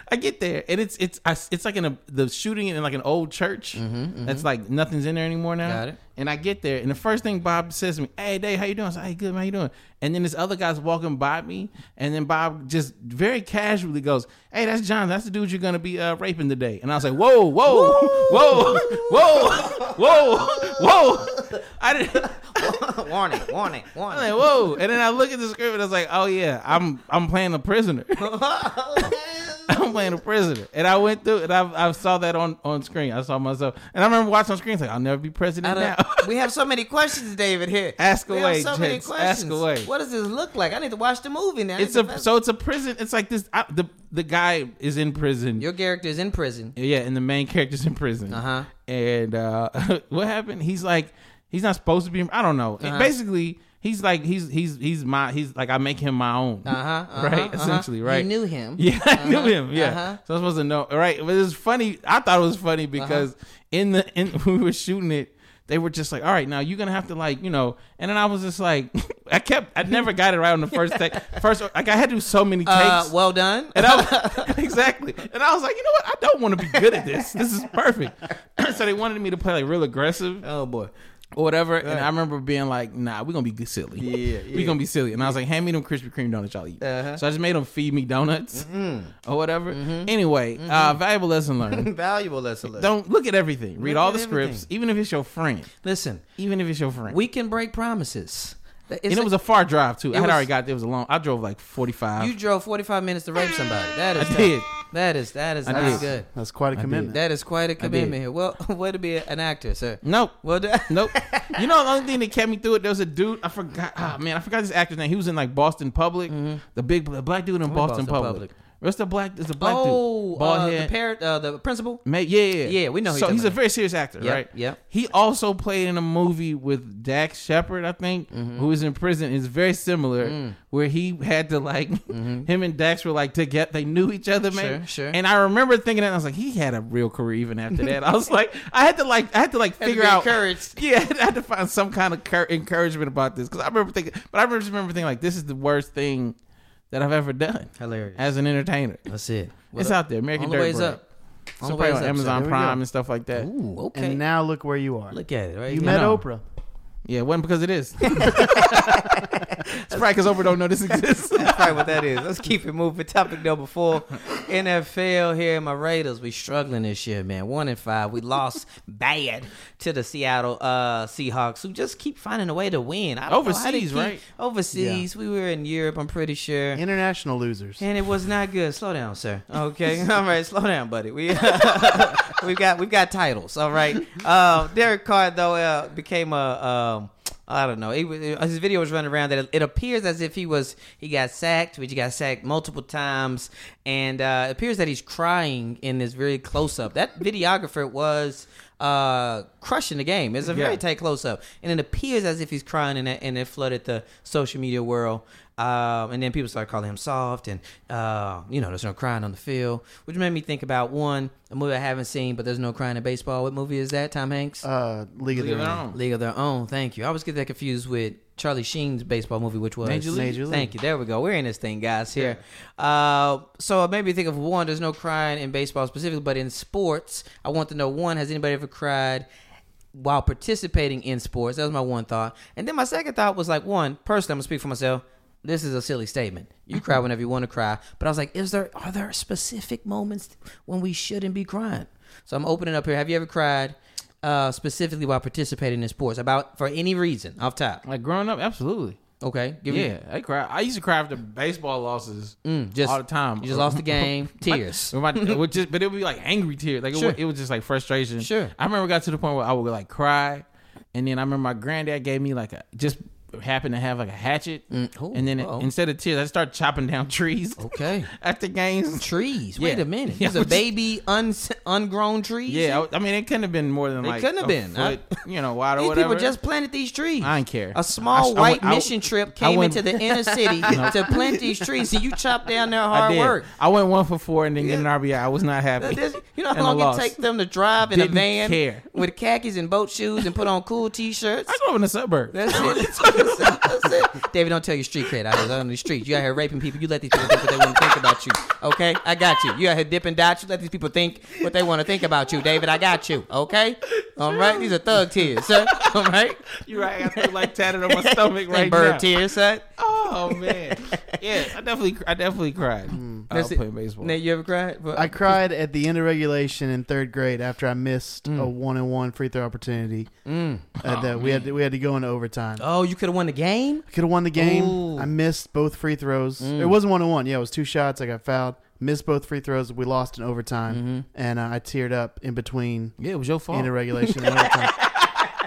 B: I get there, and it's it's I, it's like in a the shooting in like an old church. That's like nothing's in there anymore now.
D: Mm-hmm, Got it.
B: And I get there, and the first thing Bob says to me, "Hey, Dave, how you doing?" I say, "Hey, good, man, how you doing?" And then this other guy's walking by me, and then Bob just very casually goes, "Hey, that's John. That's the dude you're gonna be uh, raping today." And I was like, "Whoa, whoa, whoa, whoa, whoa, whoa!" I didn't.
D: warning, warning, warning.
B: I'm like, whoa. And then I look at the script and I was like, oh yeah, I'm I'm playing a prisoner.
D: Oh,
B: I'm playing a prisoner. And I went through and I, I saw that on, on screen. I saw myself. And I remember watching on screen, it's like, I'll never be
D: I
B: president now.
D: don't- we have so many questions, David. Here,
B: Ask
D: we
B: away,
D: Have so many
B: Jakes.
D: questions.
B: Ask away.
D: What does this look like? I need to watch the movie now.
B: it's a so it's a prison. It's like this I, the the guy is in prison.
D: your character is in prison.
B: Yeah, and the main character's in prison.
D: Uh-huh.
B: And uh what happened? He's like he's not supposed to be in- I don't know.
D: Uh-huh.
B: And Basically, he's like he's he's he's my he's like I make him my own.
D: Uh-huh, uh-huh,
B: right?
D: uh-huh.
B: Essentially,
D: You
B: right?
D: knew him.
B: Yeah, I knew him. Yeah.
D: uh-huh.
B: So I'm supposed to know. Right. But it was funny. I thought it was funny because in the in when we were shooting it they were just like, all right, now you're gonna have to like, you know, and then I was just like, I kept, I never got it right on the first take. First, like I had to do so many takes.
D: Uh, well done.
B: And I was, exactly. And I was like, you know what? I don't want to be good at this. This is perfect. so they wanted me to play like real aggressive
D: oh boy.
B: or whatever. And I remember being like, nah, we're going to be good silly. Yeah, Uh-huh. We're going to be silly. And I was like, hand me them Krispy Kreme donuts y'all eat. So I just made them feed me donuts or whatever. Anyway, Uh, valuable lesson learned.
D: Valuable lesson. lesson.
B: don't look at everything. Read
D: Look
B: all
D: at
B: the scripts,
D: everything.
B: even if it's your friend.
D: Listen,
B: Even if it's your friend.
D: we can break promises. It's
B: and it
D: like-
B: was a far drive too. I had
D: was-
B: already got there. It was a long. I drove like forty five.
D: you drove 45 minutes to rape somebody. That is
B: I did.
D: That is that is
B: I
D: not
B: did.
D: good.
C: That's quite a commitment.
D: That is quite a commitment
B: did.
D: here. Well, way to be an actor, sir.
B: Nope.
D: Well done.
B: Nope. You know the only thing that kept me through it. There was a dude I forgot. Ah man, I forgot this actor's name. He was in like Boston Public, the big the black dude in Boston,
D: Mm-hmm. Boston
B: Public.
D: Public.
B: What's the black? Is a black
D: Oh,
B: dude? Bald
D: uh, the
B: head.
D: parent, uh, the principal.
B: Ma- yeah, yeah,
D: Yeah, we know who
B: So
D: you're
B: he's a
D: talking
B: very serious actor,
D: Yep,
B: right?
D: yep.
B: He also played in a movie with Dax Shepard, I think,
D: Mm-hmm.
B: who is in prison. Is very similar,
D: Mm.
B: where he had to like him and Dax were like together. They knew each other, man.
D: Mm-hmm. Sure, sure.
B: And I remember thinking that and I was like, he had a real career even after that. I was like, I had to like, I had to like
D: to
B: figure
D: be
B: out
D: encouraged.
B: Yeah, I had to find some kind of cur- encouragement about this because I remember thinking, but I remember just remember thinking like, this is the worst thing that I've ever done
D: Hilarious.
B: as an entertainer.
D: That's it.
B: it's out there. American
D: On the
B: Dirt
D: ways
B: Break.
D: up.
B: So
D: On the
B: probably
D: ways
B: on
D: up,
B: Amazon
C: so there we
B: Prime
C: go.
B: and stuff like that.
D: Ooh, okay.
C: And now look where you are.
D: Look at it. Right
C: you
D: here.
C: met
B: know.
C: Oprah.
B: Yeah, it wasn't because it is. it's probably because Oprah don't know this exists.
D: That's probably what that is. Let's keep it moving. Topic number four. NFL here in my Raiders. We struggling this year, man. One and five. We lost bad to the Seattle uh, Seahawks, who just keep finding a way to win. I don't know how they
B: Overseas,
D: keep-
B: right?
D: Overseas. We were in Europe, I'm pretty sure.
C: International losers.
D: And it was not good. Slow down, sir. Okay, all right, slow down, buddy. We we've got we've got titles. All right. Uh, Derek Carr though uh, became a um, I don't know. He, was- his video was running around that it, it appears as if he was he got sacked, which he got sacked multiple times, and uh, it appears that he's crying in this very close up. That videographer was uh crushing the game. It's a very
B: Yeah.
D: tight close up, and it appears as if he's crying, and it, and it flooded the social media world. Um, and then people started calling him soft, and uh, you know, there's no crying on the field, which made me think about one a movie I haven't seen, but there's no crying in baseball. What movie is that? Tom Hanks.
C: Uh, League, of
B: Leave it
C: Their Own.
B: alone.
D: League of Their Own. Thank you. I always get that confused with Charlie Sheen's baseball movie, which was
B: Major League.
C: Major League.
D: Thank you. There we go. We're in this thing, guys. Here. Uh, so it made me think of one. There's no crying in baseball specifically, but in sports, I want to know one. Has anybody ever cried? While participating in sports, that was my one thought, and then my second thought was like, one, personally, I'm gonna speak for myself. This is a silly statement. You cry whenever you want to cry, but I was like, is there are there specific moments when we shouldn't be crying? So I'm opening up here. Have you ever cried uh, specifically while participating in sports about for any reason off top?
B: Like growing up, absolutely.
D: Okay, give me
B: Yeah, I cry. I used to cry after baseball losses
D: just
B: all the time.
D: You just lost the game, tears.
B: Or my- it would just, but it would be like angry tears. Like it,
D: Sure.
B: would, it was just like frustration.
D: Sure.
B: I remember it got to the point where I would like cry, and then I remember my granddad gave me like a just happened to have like a hatchet,
D: ooh,
B: and then it-
D: uh-oh.
B: instead of tears, I started chopping down trees.
D: Mm. Oh, Okay.
B: after games.
D: trees.
B: Yeah.
D: Wait a minute.
B: Yeah,
D: There's a
B: which-
D: baby un- ungrown trees.
B: Yeah, I, I mean it couldn't have been more than
D: It
B: like
D: couldn't have
B: a
D: been. I-
B: foot, you know wide or
D: These
B: whatever.
D: people just planted these trees.
B: I don't care.
D: A small
B: I- I
D: white
B: went- I-
D: mission trip
B: I
D: came
B: went-
D: into the inner city to plant these trees, and you chopped down their hard
B: I did.
D: work.
B: I went one for four and then get an RBI. I was not happy.
D: This- you know
B: And
D: how
B: I
D: long it
B: lost.
D: takes them to drive in a
B: Didn't
D: van
B: care.
D: with khakis and boat shoes and put on cool t-shirts?
B: I grew up in the suburbs.
D: That's it. That's it. That's it. David, don't tell your street cred out here. It's on the street. You out here raping people. You let these people think what they want to think about you. Okay? I got you. You out here dipping dots. You let these people think what they want to think about you, David. I got you. Okay? All right? These are thug tears, sir. All right?
B: You're right. I feel like tatted on my stomach
D: Ain't
B: right
D: bird
B: now.
D: tears, sir.
B: Oh man, yeah. I definitely, I definitely cried uh,
D: That's it.
B: playing baseball.
D: Hmm. Nate, you ever cried? Well,
C: I cried at the end of regulation in third grade after I missed a one and one free throw opportunity uh, that we had to, we had to go into overtime.
D: oh, you could have won the game?
C: Could have won the game.
D: Ooh. Mm.
C: I missed both free throws. It wasn't one on one. Yeah, it was two shots. I got fouled. Missed both free throws. We lost in overtime,
D: Mm-hmm.
C: and uh, I teared up in between
B: Yeah, it was your fault.
C: into regulation and overtime.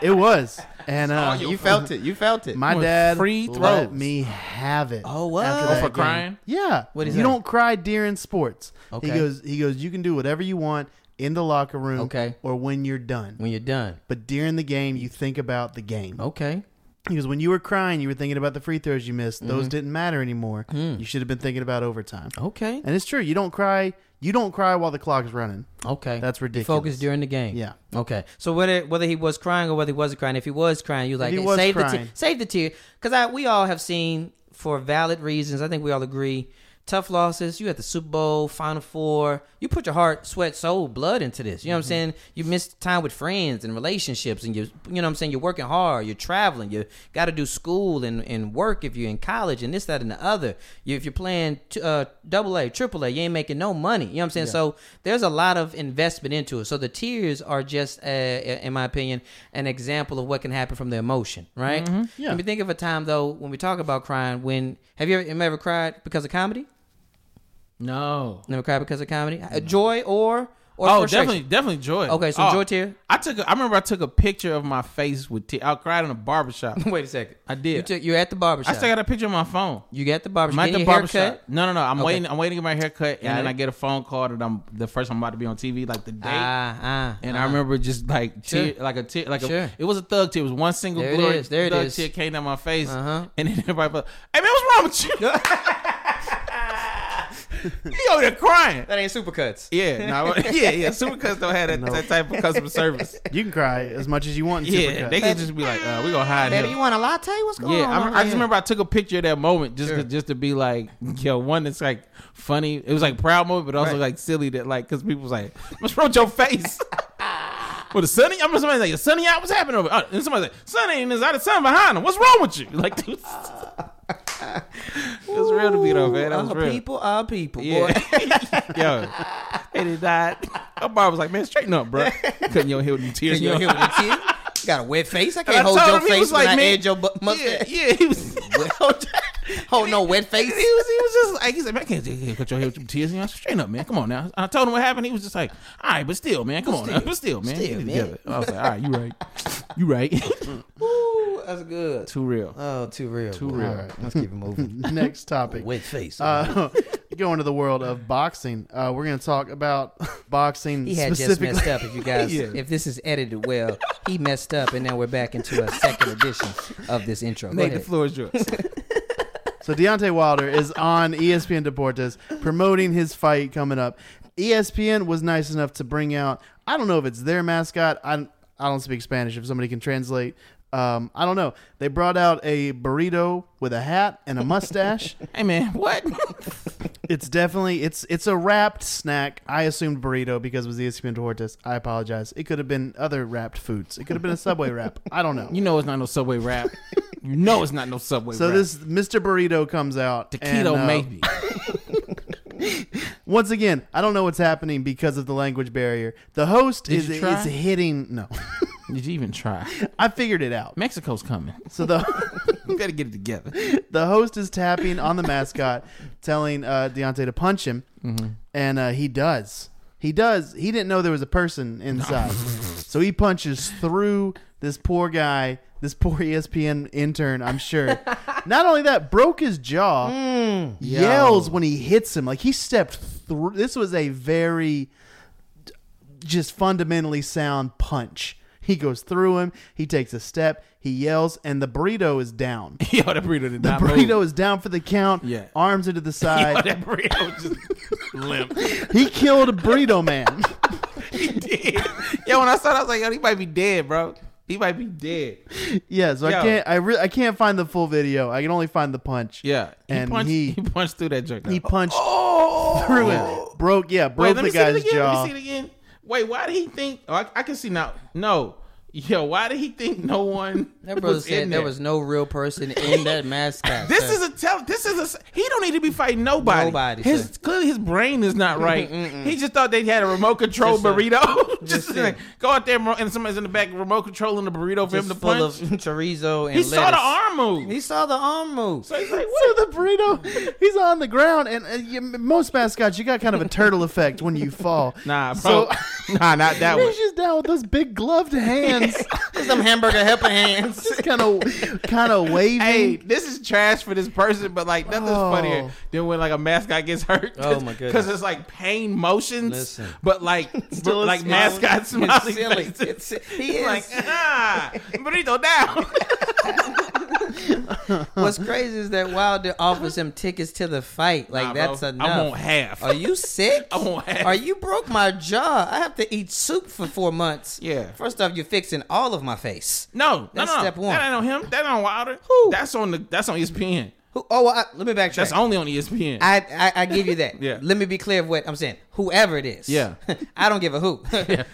C: It was, and uh,
D: Oh, You felt it. You felt it.
C: my
B: With
C: dad
B: free
C: let
B: throws.
C: me have it.
D: Oh, what?
C: after
D: Oh,
C: that
B: for
C: game.
B: crying?
C: Yeah.
D: What
C: you
D: is that?
C: don't cry during sports.
D: Okay.
C: He goes. He goes. You can do whatever you want in the locker room.
D: Okay.
C: Or when you're done.
D: when you're done.
C: but during the game, you think about the game.
D: Okay.
C: Because when you were crying, you were thinking about the free throws you missed. Those didn't matter anymore. You should have been thinking about overtime.
D: Mm-hmm. Mm. Okay.
C: And it's true. You don't cry. You don't cry while the clock's running.
D: Okay,
C: That's ridiculous.
D: Focus during the game.
C: Yeah.
D: Okay. So whether whether he was crying or whether he wasn't crying, if he was crying, you like
C: he
D: "Hey,
C: was
D: save the
C: crying.
D: tear, save the tear, because we all have seen for valid reasons. I think we all agree. Tough losses. You at the Super Bowl, Final Four. You put your heart, sweat, soul, blood into this. You know what I'm
C: Mm-hmm.
D: saying? You missed time with friends and relationships, and you, you know what I'm saying. You're working hard. You're traveling. You got to do school and, and work if you're in college and this, that, and the other. You, if you're playing t- uh, double A, triple A, you ain't making no money. You know what I'm saying? So there's a lot of investment into it. So the tears are just, uh, in my opinion, an example of what can happen from the emotion, right?
B: Mm-hmm.
C: Yeah.
D: Let me think of a time though when we talk about crying. When have you ever, have you ever cried because of comedy?
B: No,
D: Never cried because of comedy. Uh, Joy or or
B: oh,
D: frustration?
B: definitely, definitely joy.
D: Okay, so
B: Oh,
D: joy tear?
B: I took. A, I remember I took a picture of my face with tears. I cried in a barbershop.
D: Wait a second.
B: I did.
D: You took, you're at the barbershop.
B: I still got a picture on my phone.
D: you got the barbershop.
B: I'm at
D: Getting
B: the
D: your
B: barbershop.
D: haircut?
B: No, no, no. I'm
D: Okay.
B: waiting. I'm waiting to get my haircut,
D: Got
B: and then
D: it.
B: I get a phone call that I'm the first. I'm about to be on TV, like the day.
D: Ah, ah.
B: And
D: ah.
B: I remember just like tear,
D: Sure.
B: like a tear, like
D: Sure.
B: a, it was a thug tear. It was one single
D: There it
B: glory
D: is, there it
B: thug
D: is.
B: tear came down my face,
D: Uh-huh.
B: and then everybody, was, hey man, what's wrong with you? you over there crying?
D: That ain't supercuts.
B: Yeah, no, I- yeah, yeah. Supercuts don't have that, that type of customer service.
C: You can cry as much as you want. In
B: Yeah,
C: yeah,
B: they can just be like, uh, we gonna hide
D: Baby,
B: him.
D: you want a latte? What's going
B: Yeah,
D: on?
B: I,
D: over
B: remember- I just
D: here?
B: remember I took a picture of that moment just
D: Sure.
B: to, just to be like, yo, one that's like funny. It was like proud moment, but also
D: Right.
B: like silly that like because people was like, what's wrong with your face? With the sunny, I remember somebody like, sunny out, what's happening over? Oh, and somebody like, sunny, and there's out of sun behind him. What's wrong with you? Like, dude, it's real to be though, man. That
D: Our
B: was real.
D: people are people, boy.
B: Yeah, yo, and it died. My mom was like, man, straighten up, bro. Cutting your hair with them tears.
D: And
B: in
D: you're
B: your
D: here with a kid. You got a wet face. I can't
B: And I
D: hold
B: told
D: your
B: him, he
D: face
B: was
D: when
B: like,
D: I
B: man,
D: edge your butt
B: Yeah,
D: mustache.
B: yeah, he was.
D: hold, hold no wet
B: He
D: face.
B: was, he was just like he said, man, I can't you can't cut your hair with some tears. And I said, straighten up, man. Come on now. I told him what happened. He was just like, all right, but still, man, come on now, but still, man,
D: still,
B: get it
D: man.
B: together. I was like, all right, you right, you right.
D: Ooh, that's good.
B: Too
C: Uh,
B: real.
D: Oh, too real. Too
B: real.
D: let's keep it moving.
C: Next topic.
D: wet face.
C: Uh, going to the world of boxing. Uh, we're going to talk about boxing
D: he had just
C: specifically.
D: messed up. If you guys, if this is edited well, he messed up, and now we're back into a second edition of this intro. Go
B: Nate, the
D: ahead.
B: floor is yours.
C: So Deontay Wilder is on E ESPN Deportes promoting his fight coming up. E ESPN was nice enough to bring out. I don't know if it's their mascot. I I don't speak Spanish. If somebody can translate, um, I don't know. They brought out a burrito with a hat and a mustache.
B: hey, man, what?
C: it's definitely it's it's a wrapped snack. I assumed burrito because it was E ESPN Deportes. I apologize. It could have been other wrapped foods. It could have been a Subway wrap. I don't know.
B: you know it's not no subway rap. You know it's not no subway.
C: So
B: rap.
C: this Mr. Burrito comes out.
B: the
C: and,
B: keto
C: uh,
B: maybe.
C: Once again, I don't know what's happening because of the language barrier. The host
B: Did
C: is
B: you try?
C: is hitting. No,
B: Did you even try?
C: I figured it out.
B: Mexico's coming.
C: So the
B: You gotta get it together.
C: the host is tapping on the mascot, telling uh, Deontay to punch him, and uh, he does. He does. He didn't know there was a person inside, so he punches through this poor guy, this poor E ESPN intern. I'm sure. Not only that, broke his jaw. yells when he hits him. Like he stepped through. This was a very just fundamentally sound punch. He goes through him. He takes a step. He yells, and the burrito is down.
B: Yo, that burrito did
C: The
B: not
C: burrito
B: move.
C: is down for the count.
B: Yeah.
C: Arms into the
B: Yo,
C: side.
B: that burrito was just limp.
C: he killed a burrito man.
B: dead. Yo, when I saw that, I was like, yo, he might be dead, bro. He might be dead.
C: yeah, so I
B: Yo.
C: can't. I re- I can't find the full video. I can only find the punch.
B: Yeah. He
C: And
B: punched,
C: he-
B: he, punched through that joke.
C: He punched through it. Broke. Yeah,
B: Wait, let
C: broke the
B: me see it
C: guy's
B: again.
C: jaw.
B: Let me see it again. Wait, why did he think? Oh, I, I can see now. No. Yo, why did he think no one
D: that brother
B: was
D: said
B: in
D: there
B: there?
D: was no real person in that mascot.
B: this
D: sir.
B: is a tell. This is a. s- He don't need to be fighting nobody.
D: Nobody,
B: His
D: sir.
B: clearly his brain is not right. he just thought they had a remote control
D: Just, uh,
B: burrito. just
D: just, uh,
B: go out there and ro- and somebody's in the back remote controlling the burrito for him
D: just
B: to
D: full
B: punch.
D: of chorizo and
B: he
D: lettuce.
B: saw the arm move.
D: He saw the arm move.
B: so he's like,
C: So
B: what?
C: the burrito, he's on the ground, and uh, you, most mascots, you got kind of a turtle effect when you fall.
B: Nah, bro. nah, not that one.
C: he's just down with those big gloved hands,
D: Some hamburger helper hands.
C: just kind of, kind of waving.
B: Hey,
D: Mm-hmm.
B: this is trash for this person, but like nothing's
C: Oh.
B: funnier than when like a mascot gets hurt.
D: Oh, my goodness.
B: Because it's like pain motions,
D: Listen.
B: but like but,
D: a
B: like
D: smile.
B: mascot
D: It's
B: smiling.
D: silly.
B: faces.
D: It's- he is.
B: like ah, burrito down.
D: What's crazy is that Wilder offers him tickets to the fight. Like
B: Nah, bro.
D: that's enough.
B: I want half.
D: Are you sick?
B: I want half.
D: Are you broke my jaw? I have to eat soup for four months.
B: Yeah.
D: First off, you're fixing all of my face.
B: No, no,
D: That's
B: no.
D: step one.
B: That ain't on him. That ain't on Wilder.
D: Who?
B: That's on the. That's on E ESPN.
D: Who, oh, I, let me backtrack.
B: That's only on E ESPN.
D: I, I I give you that.
B: Yeah.
D: Let me be clear of what I'm saying. Whoever it is.
B: Yeah.
D: I don't give a who.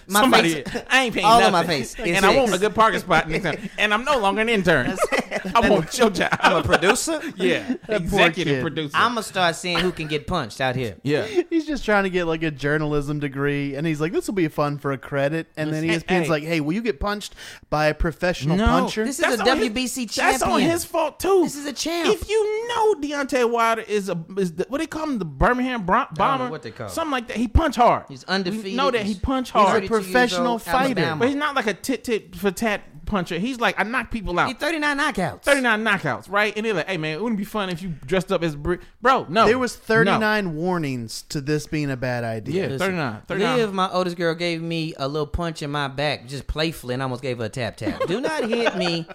D: My
B: Somebody,
D: face.
B: I ain't paying
D: all
B: nothing.
D: of my face.
B: and
D: is
B: I want a
D: fixed.
B: good parking spot next time. And I'm no longer an intern. I want your job. I'm a producer. Yeah,
C: kid.
B: executive producer.
D: I'm gonna start seeing who can get punched out here.
B: yeah.
C: He's just trying to get like a journalism degree, and he's like, "This will be fun for a credit." And then E ESPN's
B: hey.
C: like, "Hey, will you get punched by a professional
B: No,
C: puncher?"
D: This is a
B: on his-
D: WBC
B: That's on
D: champion.
B: his fault too.
D: This is a champ.
B: If you know Deontay Wilder is a is the, what they call him the Birmingham Bron- bomber,
D: what they call him.
B: something like that. he punch hard.
D: He's undefeated.
B: We know that he punch
D: He's
B: hard.
D: 32 years
C: professional
D: old,
C: fighter.
D: Alabama.
B: But he's not like a tit tit for tat puncher. He's like I knock people out.
D: He 39 knockouts.
B: 39 knockouts, right? And they're like, hey, man, it wouldn't it be fun if you dressed up as Bri-? Bro, no.
C: There was
B: No.
C: 39 warnings to this being a bad idea.
B: Yeah,
D: Listen,
B: 39. 39.
D: Liv, my oldest girl, gave me a little punch in my back, just playfully, and I almost gave her a tap tap. Do not hit me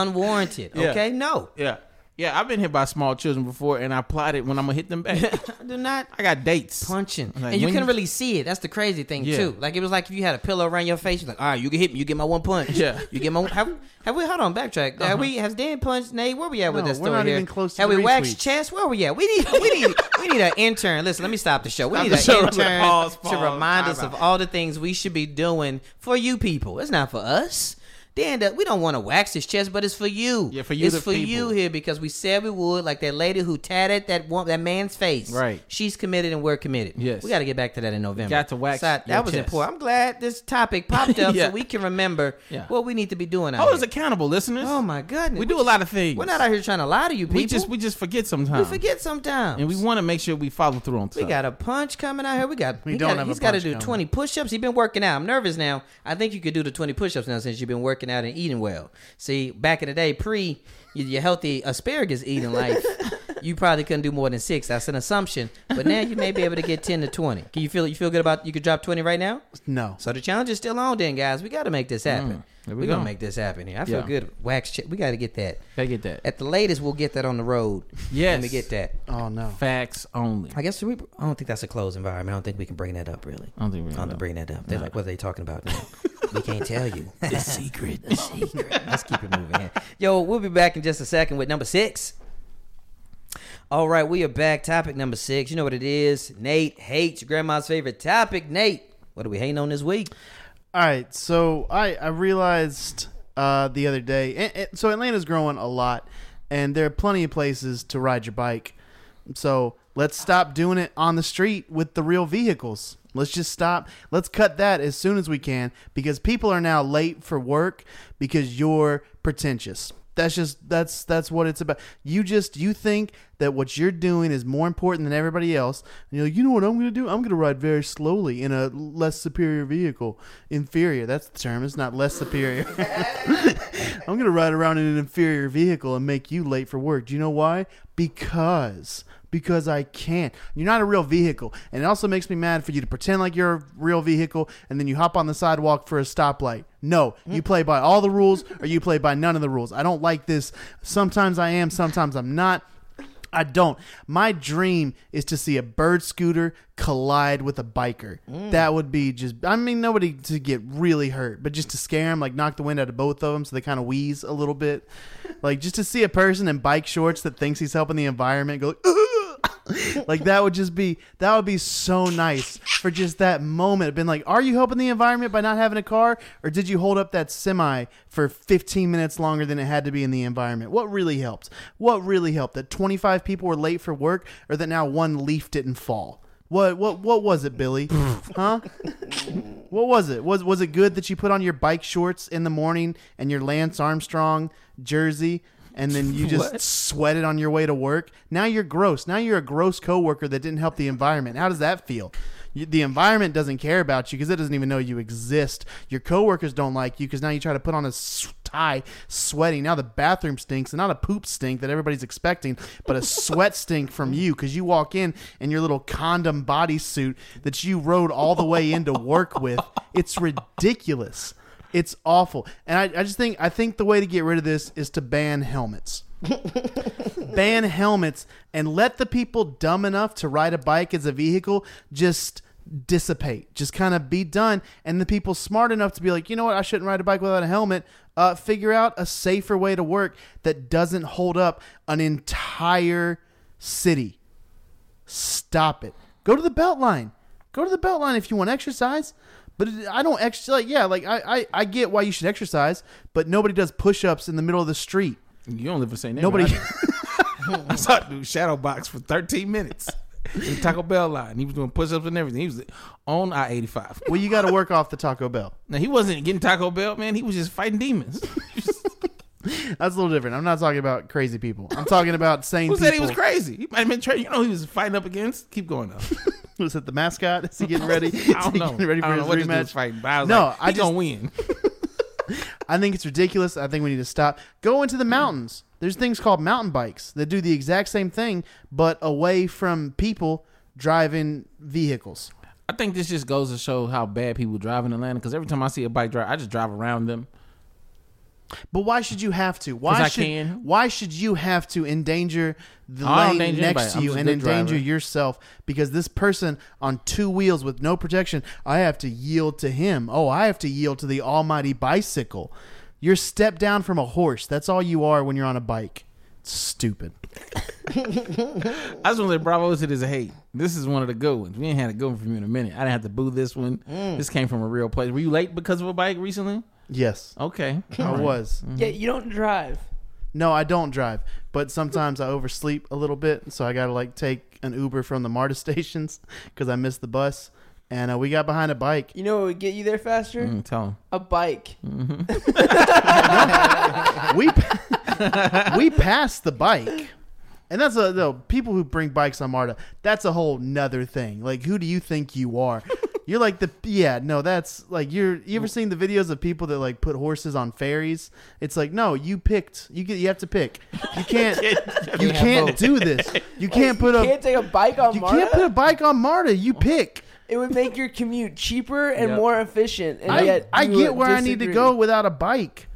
D: unwarranted,
B: Yeah.
D: okay? No.
B: Yeah. Yeah, I've been hit by small children before, and I plotted when I'm going to hit them back.
D: Do not
B: I got dates.
D: punching.
B: Like,
D: and you
B: when
D: couldn't really see it. That's the crazy thing,
B: Yeah.
D: too. Like, it was like if you had a pillow around your face, you're like, all right, you can hit me, you get my one punch.
B: Yeah. Uh-huh.
D: You get my one. Have, have we, hold on, backtrack. Have we, has Dan punched Nate? Where we at with
C: No,
D: this
C: we're
D: story
C: not
D: here?
C: even close to
D: have
C: the
D: we waxed
C: retweets.
D: chest? Where we at? We need, we need, we need an intern. Listen, let me stop the show. We
B: Stop
D: need
B: the
D: an
B: show.
D: intern
B: Pause,
D: to
B: pause,
D: remind
B: time
D: us of
B: out.
D: all the things we should be doing for you people. It's not for us. Dan, that- we don't want to wax his chest, but it's for you.
B: Yeah, for you,
D: It's
B: the
D: for you
B: people.
D: here because we said we would. Like that lady who tatted that one, that man's face.
B: Right.
D: She's committed and we're committed.
B: Yes.
D: We got to get back to that in November.
B: Got to wax
D: Side-
B: your
D: that was
B: chest.
D: important. I'm glad this topic popped up
B: Yeah.
D: so we can remember
B: Yeah.
D: what we need to be doing. Out
B: Hold us
D: here.
B: accountable, listeners.
D: oh my goodness.
B: We do a lot of things.
D: We're not out here trying to lie to you people.
B: We just we just forget sometimes.
D: We forget sometimes.
B: And we want to make sure we follow through on
D: We
B: stuff.
D: got a punch coming out here. We got.
C: We
D: he
C: don't
D: gotta-
C: have a
D: He's got to
C: punch
D: do
C: coming.
D: twenty push-ups. He's been working out. I'm nervous now. I think you could do the twenty push-ups now since you've been working out and eating well. See, back in the day, pre y- your healthy asparagus eating life, you probably couldn't do more than six. That's an assumption. But now you may be able to get ten to twenty. Can you feel? You feel good about? You could drop twenty right now.
C: No.
D: So the challenge is still on, then, guys. We got to make this
C: Mm,
D: happen.
B: There we
D: we are gonna
B: go.
D: make this happen here. I feel
B: Yeah.
D: good. Wax check. We got to get that.
B: Gotta get that.
D: At the latest, we'll get that on the road.
B: Yes.
D: Let me get that.
C: Oh, no.
B: Facts only.
D: I guess we. I don't think that's a closed environment. I don't think we can bring that up really.
B: I don't think we
D: I
B: can
D: don't
B: know.
D: bring that up. They're like, what are they talking about now? we can't tell you. The secret. The secret. Let's keep it moving. here. Yo, we'll be back in just a second with number six. All right, we are back. Topic number six. You know what it is? Nate hates your grandma's favorite topic. Nate, what are we hating on this week?
C: All right, so I I realized uh, the other day, and, and- so Atlanta's growing a lot, and there are plenty of places to ride your bike. So let's stop doing it on the street with the real vehicles. Let's just stop. Let's cut that as soon as we can because people are now late for work because you're pretentious. That's just that's that's what it's about. You just you think that what you're doing is more important than everybody else. And you're like, you know what I'm going to do? I'm going to ride very slowly in a less superior vehicle. Inferior. That's the term. It's not less superior. I'm going to ride around in an inferior vehicle and make you late for work. Do you know why? Because because I can't. You're not a real vehicle. And it also makes me mad for you to pretend like you're a real vehicle and then you hop on the sidewalk for a stoplight. No, you play by all the rules or you play by none of the rules. I don't like this. Sometimes I am, sometimes I'm not. I don't. My dream is to see a bird scooter collide with a biker. That would be just. I mean, nobody to get really hurt, but just to scare them, like knock the wind out of both of them, so they kind of wheeze a little bit. like just to see a person in bike shorts that thinks he's helping the environment go. like that would just be that would be so nice for just that moment. Been like, are you helping the environment by not having a car, or did you hold up that semi for 15 minutes longer than it had to be in the environment? What really helped? What really helped? That 25 people were late for work, or that now one leaf didn't fall. What what what was it, Billy? huh? What was it? Was was it good that you put on your bike shorts in the morning and your Lance Armstrong jersey and then you just sweated on your way to work? Now you're gross. Now you're a gross coworker that didn't help the environment. How does that feel? You, the environment doesn't care about you because it doesn't even know you exist. Your coworkers don't like you because now you try to put on a s- tie, sweating. Now the bathroom stinks, and not a poop stink that everybody's expecting, but a sweat stink from you because you walk in in your little condom bodysuit that you rode all the way into work with. It's ridiculous. It's awful. And I, I just think I think the way to get rid of this is to ban helmets. ban helmets and let the people dumb enough to ride a bike as a vehicle just dissipate just kind of be done and the people smart enough to be like you know what i shouldn't ride a bike without a helmet uh, figure out a safer way to work that doesn't hold up an entire city stop it. Go to the belt line. Go to the belt line if you want to exercise. But it- I don't exercise. Yeah, like I, I, I get why you should exercise, but nobody does push ups in the middle of the street.
B: You don't live in St.
C: Nobody.
B: I saw a dude shadow box for 13 minutes. in Taco Bell line. He was doing push ups and everything. He was on I 85.
C: well, you got to work off the Taco Bell.
B: Now, he wasn't getting Taco Bell, man. He was just fighting demons.
C: That's a little different. I'm not talking about crazy people. I'm talking about sane
B: Who
C: people.
B: said he was crazy? He might have been, tra- you know, who he was fighting up against. Keep going, though.
C: Was it the mascot? Is he getting ready?
B: I don't
C: Is he
B: know.
C: getting ready for
B: I don't know what this
C: his
B: dude's
C: rematch?
B: fighting. But I was
C: No,
B: like,
C: I
B: he
C: just-
B: gonna win.
C: I think it's ridiculous. I think we need to stop. Go into the mountains. There's things called mountain bikes that do the exact same thing, but away from people driving vehicles.
B: I think this just goes to show how bad people drive in Atlanta. Because every time I see a bike drive, I just drive around them.
C: But why should you have to? Why
B: 'Cause I
C: should
B: can.
C: why should you have to endanger the
B: I don't
C: lane
B: endanger
C: next
B: anybody.
C: to
B: I'm
C: you
B: just a
C: and
B: good
C: endanger
B: driver.
C: yourself because this person on two wheels with no protection, I have to yield to him. Oh, I have to yield to the almighty bicycle. You're stepped down from a horse. That's all you are when you're on a bike. Stupid.
B: I just want to let Bravo to this hate. This is one of the good ones. We ain't had a good one from you in a minute. I didn't have to boo this one. This came from a real place. Were you late because of a bike recently?
C: Yes,
B: Okay.
C: I was.
B: Mm.
A: Yeah, you don't drive.
C: No, I don't drive, but sometimes I oversleep a little bit, so I gotta like take an Uber from the MARTA stations because I missed the bus, and uh, we got behind a bike.
A: You know what would get you there faster?
B: Mm, tell him.
A: A bike.
C: We we passed the bike, and that's a no. People who bring bikes on MARTA, that's a whole nother thing. Like, who do you think you are? You're like the yeah no that's like you're you ever seen the videos of people that like put horses on ferries? It's like no you picked you get you have to pick you can't you can't do this you can't put
A: you
C: up
A: can't take a bike on
C: You
A: Marta.
C: can't put a bike on Marta. You pick.
A: it would make your commute cheaper and
B: Yep.
A: more efficient. And
C: I,
A: yet
C: I
A: you
C: get where I need to
A: disagree.
C: go without a bike.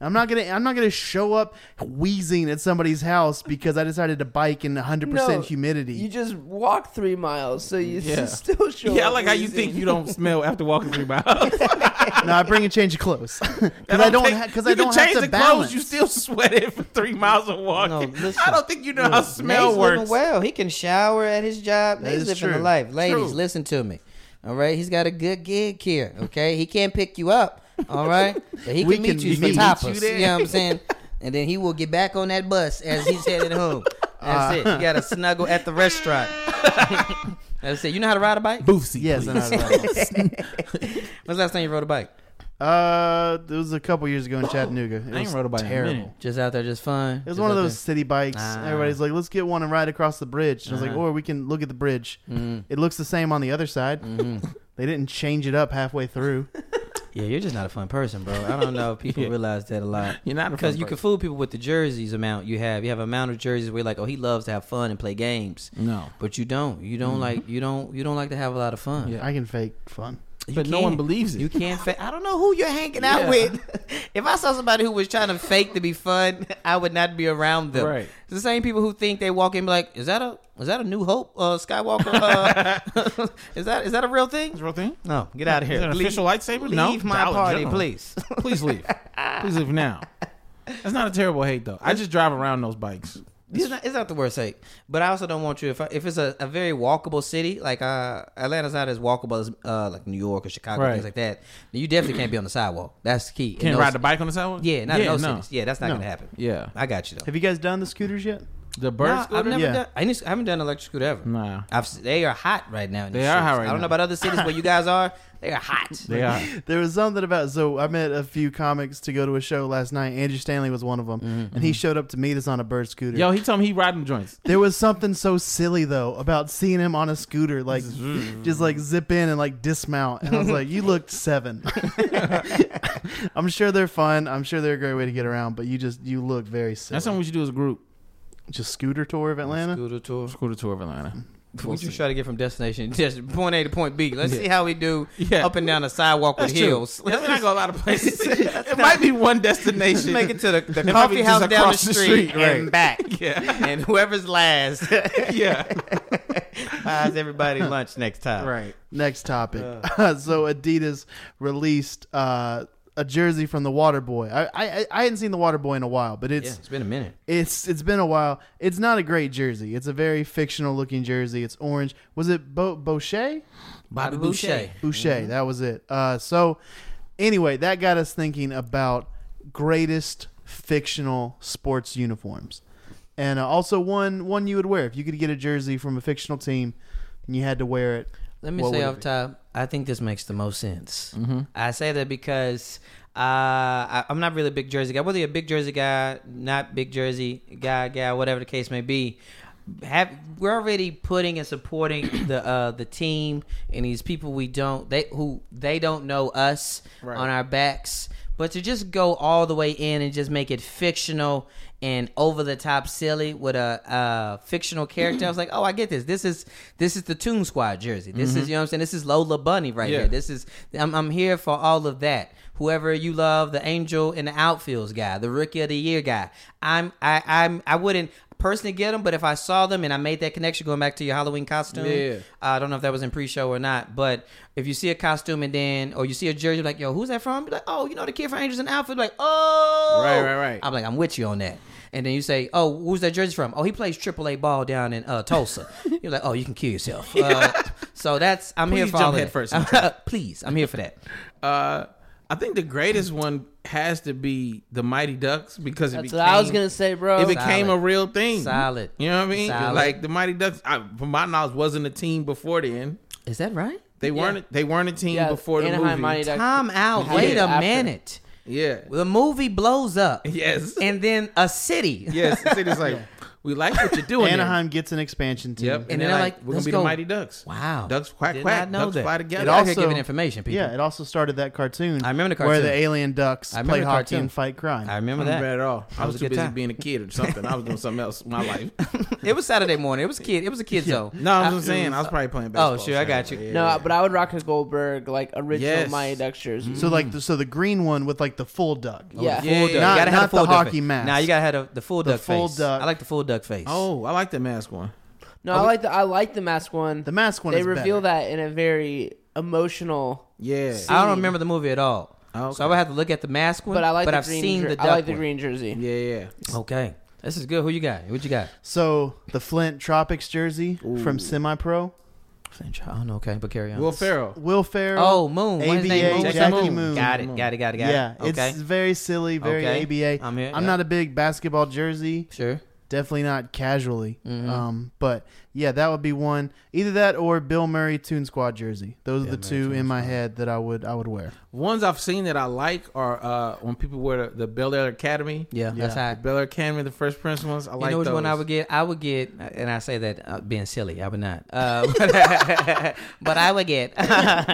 C: I'm not gonna I'm not gonna show up wheezing at somebody's house because I decided to bike in 100 percent
A: No,
C: humidity.
A: You just walk three miles, so you
B: Yeah.
A: still show.
B: Yeah, I
A: up
B: like how you
A: wheezing.
B: think you don't smell after walking through my house.
C: no, I bring a change of clothes because I don't
B: take-
C: because
B: you
C: I
B: can
C: don't have
B: change
C: to
B: the
C: balance.
B: Clothes, you still sweated for three miles of walking.
D: No, listen.
B: I don't think you know how smell
D: Nate's
B: works.
D: living well. He can shower at his job.
C: That
D: Nate's
C: is
D: living the
C: true.
D: life. Ladies,
B: True.
D: listen to me. All right, he's got a good gig here. Okay, he can't pick you up. All right, but he
C: We
D: can meet
C: can
D: you
C: meet
D: for
C: you
D: tapas. You,
B: there.
D: know what I'm saying? And then he will get back on that bus as he's headed home. That's it. You got to snuggle at the restaurant. That's it. You know how to ride a bike?
B: Boothsy,
C: yes,
B: please.
C: and I was like,
D: When's the last time you rode a bike?
C: uh, it was a couple years ago in Chattanooga. It
B: I ain't
C: was
B: rode a bike in a
C: terrible.
B: minute.
D: Just out there, just fun.
C: It was one of those city bikes.
B: Ah.
C: Everybody's like, let's get one and ride across the bridge. And I was
B: Uh-huh.
C: like, or we can look at the bridge.
B: Mm-hmm.
D: Mm-hmm.
C: It looks the same on the other side. They didn't change it up halfway through.
D: Yeah, you're just not a fun person, bro. I don't know if people realize that a lot.
B: You're not a
D: because
B: fun
D: you can fool people with the jerseys amount you have. You have amount of jerseys where you're like, oh, he loves to have fun and play games.
B: No.
D: but you don't. You don't like. You don't. You don't like to have a lot of fun.
B: Mm-hmm. Yeah.
C: I can fake fun.
D: You
B: But no
D: can't-
B: one believes it.
D: You can't. Fa- I don't know who you're hanging out
B: Yeah.
D: with. if I saw somebody who was trying to fake to be fun, I would not be around them.
B: Right.
D: It's the same people who think they walk in and be like, is that a is that a New Hope uh, Skywalker? Uh, is that is that a real thing?
B: Real thing?
D: No, get out of here.
B: Is it an
D: Leave-
B: official lightsaber?
D: Leave
B: No.
D: my
B: Dollar
D: party,
B: General.
D: please.
B: Please leave. Please leave now. That's not a terrible hate though. I just drive around those bikes.
D: It's not, it's not the worst sake, but I also don't want you if I, if it's a, a very walkable city like uh, Atlanta's not as walkable as uh, like New York or Chicago
B: Right.
D: things like that. then You definitely can't be on the sidewalk. That's the key. In
B: Can't
D: those-
B: ride the bike on the sidewalk.
D: Yeah, not in those cities. Yeah, that's not
C: No.
D: gonna happen.
B: Yeah.
D: I got you though.
C: Have you guys done the scooters yet?
B: The bird
D: Nah, I've
B: scooter?
D: never
C: Yeah.
D: done. I, ain't- I haven't done electric scooter ever.
B: Nah.
D: I've, s- they are hot right now. In
B: They
D: these
B: are
D: streets.
B: hot right
D: I don't know
B: now.
D: about other cities where you guys are. They are hot.
B: They are.
C: There was something about so I met a few comics to go to a show last night. Andrew Stanley was one of them, and he showed up to meet us on a bird scooter.
B: Yo, he told me he riding joints.
C: There was something so silly though about seeing him on a scooter, like just like zip in and like dismount. And I was like, "You looked seven. I'm sure they're fun. I'm sure they're a great way to get around, but you just you look very silly.
B: That's something we should do as a group.
C: just scooter tour of Atlanta.
D: Scooter tour.
B: Scooter tour of Atlanta.
D: We just try to get from destination just point A to point B. Let's see how we do
B: Yeah.
D: up and down the sidewalk
B: That's
D: with
B: true.
D: hills.
B: Yeah, We're not going a lot of places. it might be one
D: Let's
B: destination.
D: make it to the, the
B: might
D: coffee
B: be just
D: house down the
B: across
D: street,
B: the street,
D: and
B: right.
D: back.
B: Yeah.
D: And whoever's last
B: yeah.
D: buys everybody lunch next time.
B: Right.
C: Next topic.
D: Uh.
C: so Adidas released uh, a jersey from the Waterboy. I, I I hadn't seen the Waterboy in a while, but it's
D: Yeah, it's been a minute.
C: It's it's been a while. It's not a great jersey. It's a very fictional looking jersey. It's orange. Was it Bo- Boucher?
B: Bobby
D: Boucher.
C: Boucher.
D: Mm-hmm.
C: That was it. Uh, so anyway, that got us thinking about greatest fictional sports uniforms, and uh, also one one you would wear if you could get a jersey from a fictional team and you had to wear it.
D: Let me
C: what
D: say
C: would it
D: off
C: be? Mm-hmm.
D: top, I think this makes the most sense. I say that because uh, I, I'm not really a big jersey guy. Whether you're a big jersey guy, not big jersey guy, guy, whatever the case may be, have we're already putting and supporting the uh the team and these people we don't they who they don't know us on our backs but to just go all the way in and just make it fictional and over the top silly with a uh fictional character i was like oh i get this this is this is the toon squad jersey this is you know what i'm saying this is lola bunny right
B: Mm-hmm. Yeah.
D: here this is I'm, I'm here for all of that whoever you love the angel in the outfields guy the rookie of the year guy i'm i i'm i wouldn't personally get them, but if I saw them and I made that connection going back to your Halloween costume,
B: Yeah.
D: I don't know if that was in pre-show or not, but if you see a costume and then or you see a jersey, you're like, yo, who's that from? Be like, oh, you know the kid from Angels and Alpha. Like, oh,
B: Right, right, right.
D: I'm like, I'm with you on that. And then you say, oh, who's that jersey from? Oh, he plays AAA ball down in uh, Tulsa. you're like, oh, you can kill yourself. Uh, so that's I'm here
B: Please
D: for
B: jump
D: all of
B: head
D: that.
B: first
D: Please, I'm here for that.
B: Uh, I think the greatest one has to be the Mighty Ducks because it
A: That's
B: became,
A: what I was gonna say, bro.
B: it became a real thing.
D: Solid.
B: You know what I mean?
D: Solid.
B: Like the Mighty Ducks, I, from my knowledge, wasn't a team before then.
D: Is that right?
B: They weren't. They weren't a team
A: Yeah,
B: before the
A: Anaheim
B: movie.
A: Mighty Ducks.
D: Time out.
A: Yeah.
D: Wait a
A: After.
D: minute.
B: Yeah.
D: The movie blows up.
B: Yes.
D: and then a city.
B: yes. It's just like we like what you're doing. there.
C: Anaheim gets an expansion team.
B: Yep. And, they're like, we're gonna
D: let's
B: be
D: go.
B: the Mighty Ducks.
D: Wow.
B: Ducks quack
D: Did
B: quack.
D: not know
B: Ducks
D: that.
B: fly
C: It
B: together.
D: Y'all here
C: also-
D: giving information, people.
C: Yeah, it also started that cartoon.
D: I remember the
C: where
D: cartoon.
C: the alien ducks
D: I remember
C: play
D: the
C: hockey
D: cartoon.
C: and fight crime.
D: I remember
B: I'm not bad
D: that.
B: at all. I was,
D: was a
B: too
D: good
B: busy
D: time.
B: being a kid or something. I was doing something else in my life.
D: It was Saturday morning. It was kid. It was a kid zone.
B: No, I'm
D: I-
B: just saying. I was probably playing baseball.
D: Oh, sure, I got you.
B: Yeah.
A: No, but I would rock a Goldberg like original
B: Yes.
A: Mighty Ducks
D: Mm-hmm.
A: jersey.
C: so like, the, so the green one with like the full duck.
A: Oh, yeah.
B: yeah.
D: Full duck. You
B: Not-
D: gotta have
C: not
D: the full
C: the
D: duck
C: hockey
D: face.
C: mask.
D: Nah, you gotta have the, the full
C: The
D: duck
C: full
D: face.
C: duck.
D: I like the full duck face.
B: Oh, I like the mask one.
A: No, I like the I like the mask one.
C: The mask one.
A: they
C: is
A: reveal
C: better.
A: that in a very emotional.
B: Yeah.
D: I don't remember the movie at all.
B: Oh, okay.
D: So I would have to look at the mask one.
A: But I like the
D: I've
A: green.
D: seen
A: jer-
D: the duck
A: I like the
D: one.
A: green jersey.
B: yeah, yeah.
D: Okay, this is good. Who you got? What you got?
C: So the Flint Tropics jersey from Semi Pro.
D: I don't know. Okay, but carry on.
B: Will Ferrell.
C: Will Ferrell.
D: Oh, Moon. What's his
C: ABA,
D: name? Moon?
B: Jackson
C: Jackie
B: Moon.
C: Moon.
D: Got it. Got it. Got it. Got it.
C: Yeah,
D: okay.
C: it's very silly, very
D: Okay.
C: ABA.
D: I'm
C: I'm,
D: here, yeah.
C: not a big basketball jersey.
D: sure.
C: Definitely not casually.
B: Mm-hmm.
C: Um, but yeah, that would be one. Either that or Bill Murray Toon Squad jersey. Those are the two in my head that I would I would wear.
B: Ones I've seen that I like are uh, when people wear the, the Bel Air Academy.
D: Yeah, that's how. I-
B: The Bel Air Academy, the First Prince ones. I
D: You
B: like
D: know which
B: those.
D: one I would get? I would get, and I say that uh, being silly, I would not. Uh, but, I would get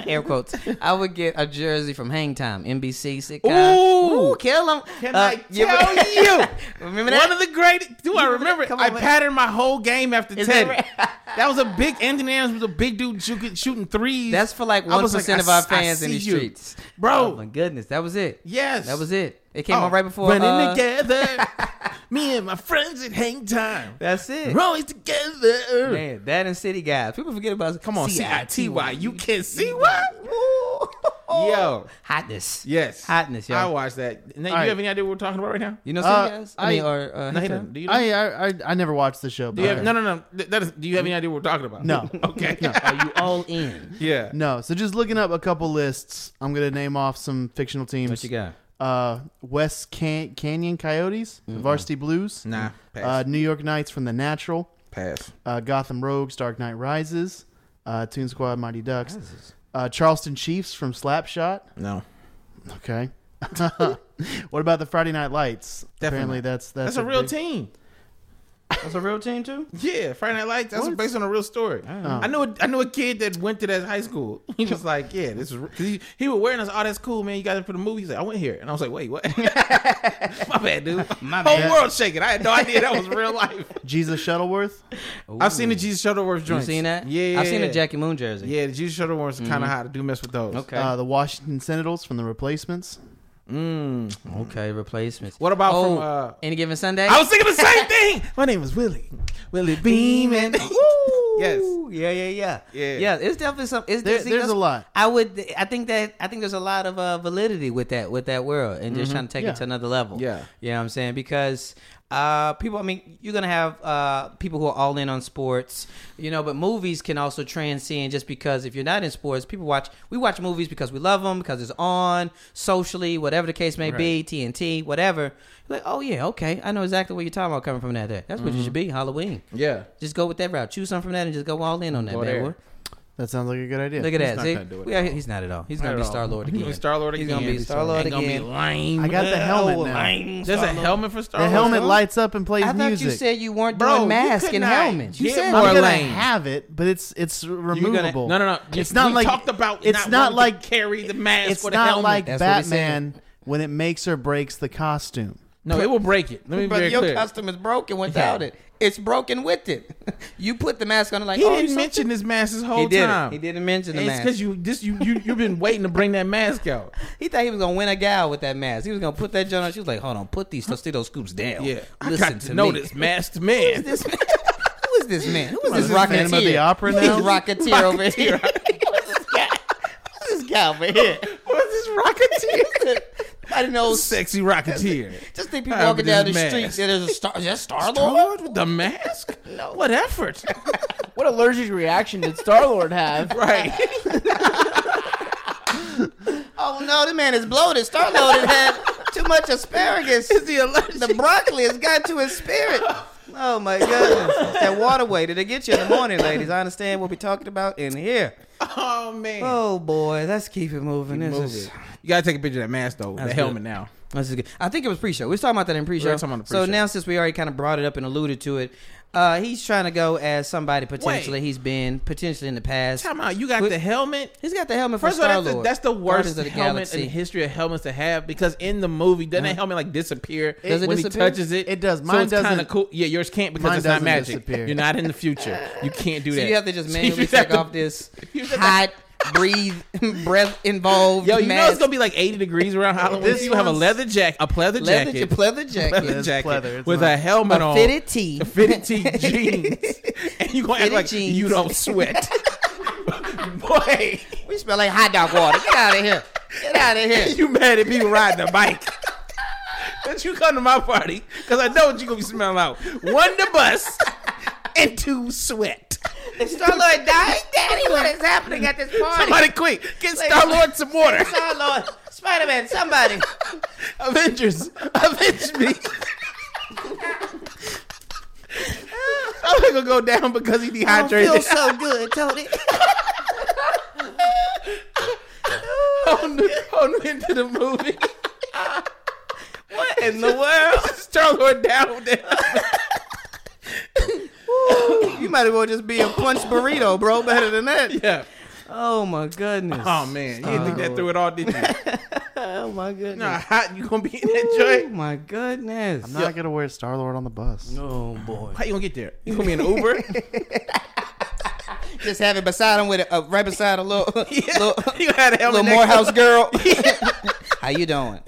D: air quotes. I would get a jersey from Hang Time, NBC sitcom.
B: Ooh.
D: kill Uh, him!
B: Can I tell Uh, you?
D: remember that?
B: One of the great. Do I
D: You remember
B: remember?
D: that?
B: it?
D: Come
B: I
D: on, man.
B: patterned my whole game after
D: Is
B: Teddy.
D: that right?
B: That was a big. Anthony Adams was a big dude shooting, shooting threes.
D: That's for like
B: I
D: one
B: was like,
D: percent
B: I
D: of our
B: s- I
D: fans in
B: see
D: the
B: you.
D: streets,
B: Bro.
D: Oh my goodness, that was it.
B: Yes.
D: that was it. It came
B: Oh,
D: on right before.
B: Running
D: uh,
B: together. Me and my friends at hang time.
D: That's it.
B: We're always together.
D: Man, that and City guys. People forget about.
B: Come on, C I T Y. You can't see what?
D: Yo,
B: Yo.
D: hotness.
B: Yes.
D: Hotness, yo.
B: I watched that. Nate,
C: right.
B: you have any idea what we're talking about right now?
D: You know City
C: Uh,
D: guys? I, mean,
C: I-
D: or
B: No, he
D: uh, Hang Time?
B: doesn't. Do you?
C: I I I, I never watched the show.
B: do
C: But
B: you have, no, no, no. Th- That is, do you have any idea what we're talking about?
C: No.
B: okay.
D: Are you all in?
B: Yeah.
C: No, so just looking up a couple lists, I'm gonna name off some fictional teams.
D: What you got?
C: Uh, West Can- Canyon Coyotes,
D: Mm-hmm.
C: Varsity Blues,
B: Nah. Pass.
C: uh, New York Knights from The Natural,
B: pass.
C: uh, Gotham Rogues, Dark Knight Rises, uh, Toon Squad, Mighty Ducks, uh, Charleston Chiefs from Slapshot.
B: No.
C: Okay. what about the Friday Night Lights? Apparently,
B: Definitely.
C: that's that's,
B: That's, a real
C: big-
B: team.
D: That's a real team too.
B: Yeah, Friday Night Lights. That's based on a real story.
D: Oh.
B: I knew a, I knew a kid that went to that high school. He was like, "Yeah, this is." re- 'cause He, he was wearing us. Oh, that's cool, man. You got it for the movie. He's like, "I went here," and I was like, "Wait, what?" My bad, dude. My whole
C: bad.
B: world shaking. I had no idea that was real life.
C: Jesus Shuttleworth.
B: I've seen the Jesus Shuttleworth
D: You
B: joints.
D: seen that?
B: Yeah, yeah
D: I've seen
B: yeah.
D: the Jackie Moon jersey.
B: Yeah, the Jesus Shuttleworths kind of hot. I do mess with those.
D: Okay.
C: Uh, the Washington Senators from The Replacements.
B: Mm.
D: okay. Replacements.
B: What about
D: oh,
B: from? Uh,
D: any given Sunday?
B: I was thinking the same thing. My name is Willie. Willie Beeman.
D: Woo!
B: Yes.
D: Yeah. Yeah. Yeah.
B: Yeah.
D: Yeah. It's definitely some. It's,
C: There-
D: see,
C: there's
D: that's-
C: a lot.
D: I would. I think that. I think there's a lot of uh, validity with that. With that world and just trying to take
C: Mm-hmm. Yeah.
D: it to another level.
B: Yeah.
D: You know what I'm saying? Because uh, people. I mean, you're gonna have uh, people who are all in on sports. You know, but movies can also transcend just because if you're not in sports, people watch. We watch movies because we love them because it's on socially, whatever the case may be, TNT, whatever. Like, oh yeah, okay, I know exactly what you're talking about coming from
C: Mm-hmm.
D: that. There, that's what it should be. Halloween.
B: Yeah.
D: Just go with that route. Choose something from that and just go all in on that,
B: Go
D: bad
B: there.
D: boy.
C: That sounds like a good idea.
D: Look at that.
B: not
D: See,
B: gonna do it
D: we
B: at
D: out here-
B: all.
D: he's not at all. He's gonna
B: Not
D: be
B: at all.
D: Star Lord
B: He's
D: again.
B: gonna be Star-Lord
D: He's gonna
B: again.
D: be Star Lord
B: Ain't gonna be
D: again.
B: lame.
C: I got the helmet now.
D: Lame
B: There's a
D: Star-Lord.
B: helmet for Star
C: The
B: Wars.
C: helmet
B: huh?
C: lights up and plays
D: Oh, I thought
C: music.
D: you said you weren't
B: Bro,
D: doing
B: you
D: mask
B: could
D: and
B: not
D: helmet. You
B: get
D: said
B: more
C: I'm
D: that.
C: gonna
B: lame.
C: have it, but it's it's removable.
B: No, no, no.
C: It's
B: We
C: not like
B: talked about.
C: It's not
B: wanting to
C: like
B: carry the mask
C: It's
B: or the
C: not
B: helmet.
C: like
D: That's what he said.
C: Batman when it makes or breaks the costume.
B: no, it will break it. Let me be
D: Brother,
B: very
D: your
B: clear.
D: custom is broken without it. It's broken with it. you put the mask on like
B: He
D: oh, you
B: didn't
D: something?
B: mention this mask this whole
D: He didn't.
B: time.
D: He didn't mention the
B: It's
D: mask.
B: because you this you you you've been waiting to bring that mask out.
D: He thought he was gonna win a gal with that mask. He was gonna put that joint on. She was like, "Hold on, put these Tostitos scoops down.
B: Yeah, I
D: listen
B: got to,
D: to
B: know
D: me.
B: this masked man.
D: This man- who is this man? Who is this
C: this
D: Rocketeer?
C: Phantom of the Opera
D: Who is
C: now?
D: Rocketeer, over here? Who is this guy? Who is this guy over here?
B: What's this
D: Rocketeer? I didn't know.
B: rocketeer? Sexy rocketeer.
D: Just think people
B: Over
D: walking down the
B: this mask.
D: streets and there's a star. Is that Star Lord?
B: Lord with the mask. What effort?
A: What allergic reaction did Star Lord have?
B: right.
D: Oh no, the man is bloated. Star Lord had too much asparagus. Is the broccoli has got to his spirit. Oh my goodness. It's that waterway. Did it get you in the morning, ladies? I understand what we're talking about in here.
B: Oh man.
D: Oh boy, let's keep it moving. this,
B: Move
D: Is,
B: it. You gotta take a picture of that mask though.
D: That's
B: the
D: good.
B: helmet now.
D: this is good. I think it was pre-show. We was talking about that in pre-show.
B: We were talking about the
D: So
B: pre-show.
D: now since we already kind of brought it up and alluded to it, uh, he's trying to go as somebody potentially
B: Wait.
D: he's been potentially in the past.
B: Time out. You got
D: Wh-
B: the helmet.
D: He's got the helmet for
B: First of all,
D: Star
B: that's the,
D: Lord.
B: that's the worst helmet in the history of helmets to have because in the movie, doesn't that helmet like disappear
D: Does it
B: when
D: disappear?
B: he touches it?
C: It does.
B: so
C: Mine
B: it's kinda
C: doesn't-
B: cool. Yeah, yours can't because
C: Mine
B: it's not
C: doesn't
B: magic.
C: disappear.
B: You're not in the future. You can't do
D: So
B: that.
D: you have to just
B: So
D: manually
B: you
D: take
B: have to-
D: off this
B: you just have to-
D: hot breathe breath involved.
B: Yo, you know
D: mask.
B: it's gonna be like 80 degrees around Halloween.
C: This
B: you have a
C: one's-
B: leather jacket, a pleather
D: leather
B: jacket,
D: leather jacket,
B: pleather
C: It's
B: jacket
C: pleather, it's
B: with
C: not-
B: a helmet
D: a
B: on,
D: fitted tee,
B: a fitted tee jeans, and you gonna act
D: Fitted
B: like
D: jeans.
B: you don't sweat, boy.
D: We smell like hot dog water. Get out of here. Get out of here.
B: you mad at people riding a bike. But you come to my party because I know what you gonna be smelling out. One the bus and two sweat.
D: Star Lord died, Daddy. What is happening at this party?
B: Somebody quick, get Star Lord some water.
D: Star Lord, Spider Man, somebody.
B: Avengers, avenge me. I'm not gonna go down because he dehydrated.
D: Feels so good, Tony.
B: on, the, on the end of the movie.
D: What in the world?
B: Star Lord down with that.
D: You might as well just be a punch burrito, bro. Better than that.
B: Yeah.
D: Oh my goodness.
B: Oh man, you didn't think that through at all, did you?
D: Oh my goodness.
B: Nah, hot. You gonna be in that
D: Oh
B: joint?
D: my goodness.
C: I'm not gonna wear Star Lord on the bus.
D: oh boy.
B: How you gonna get there? You gonna be in Uber?
D: Just have it beside him with a, uh, right beside a little, little,
B: you had a helmet.
D: little
B: next
D: Morehouse girl. How you doing?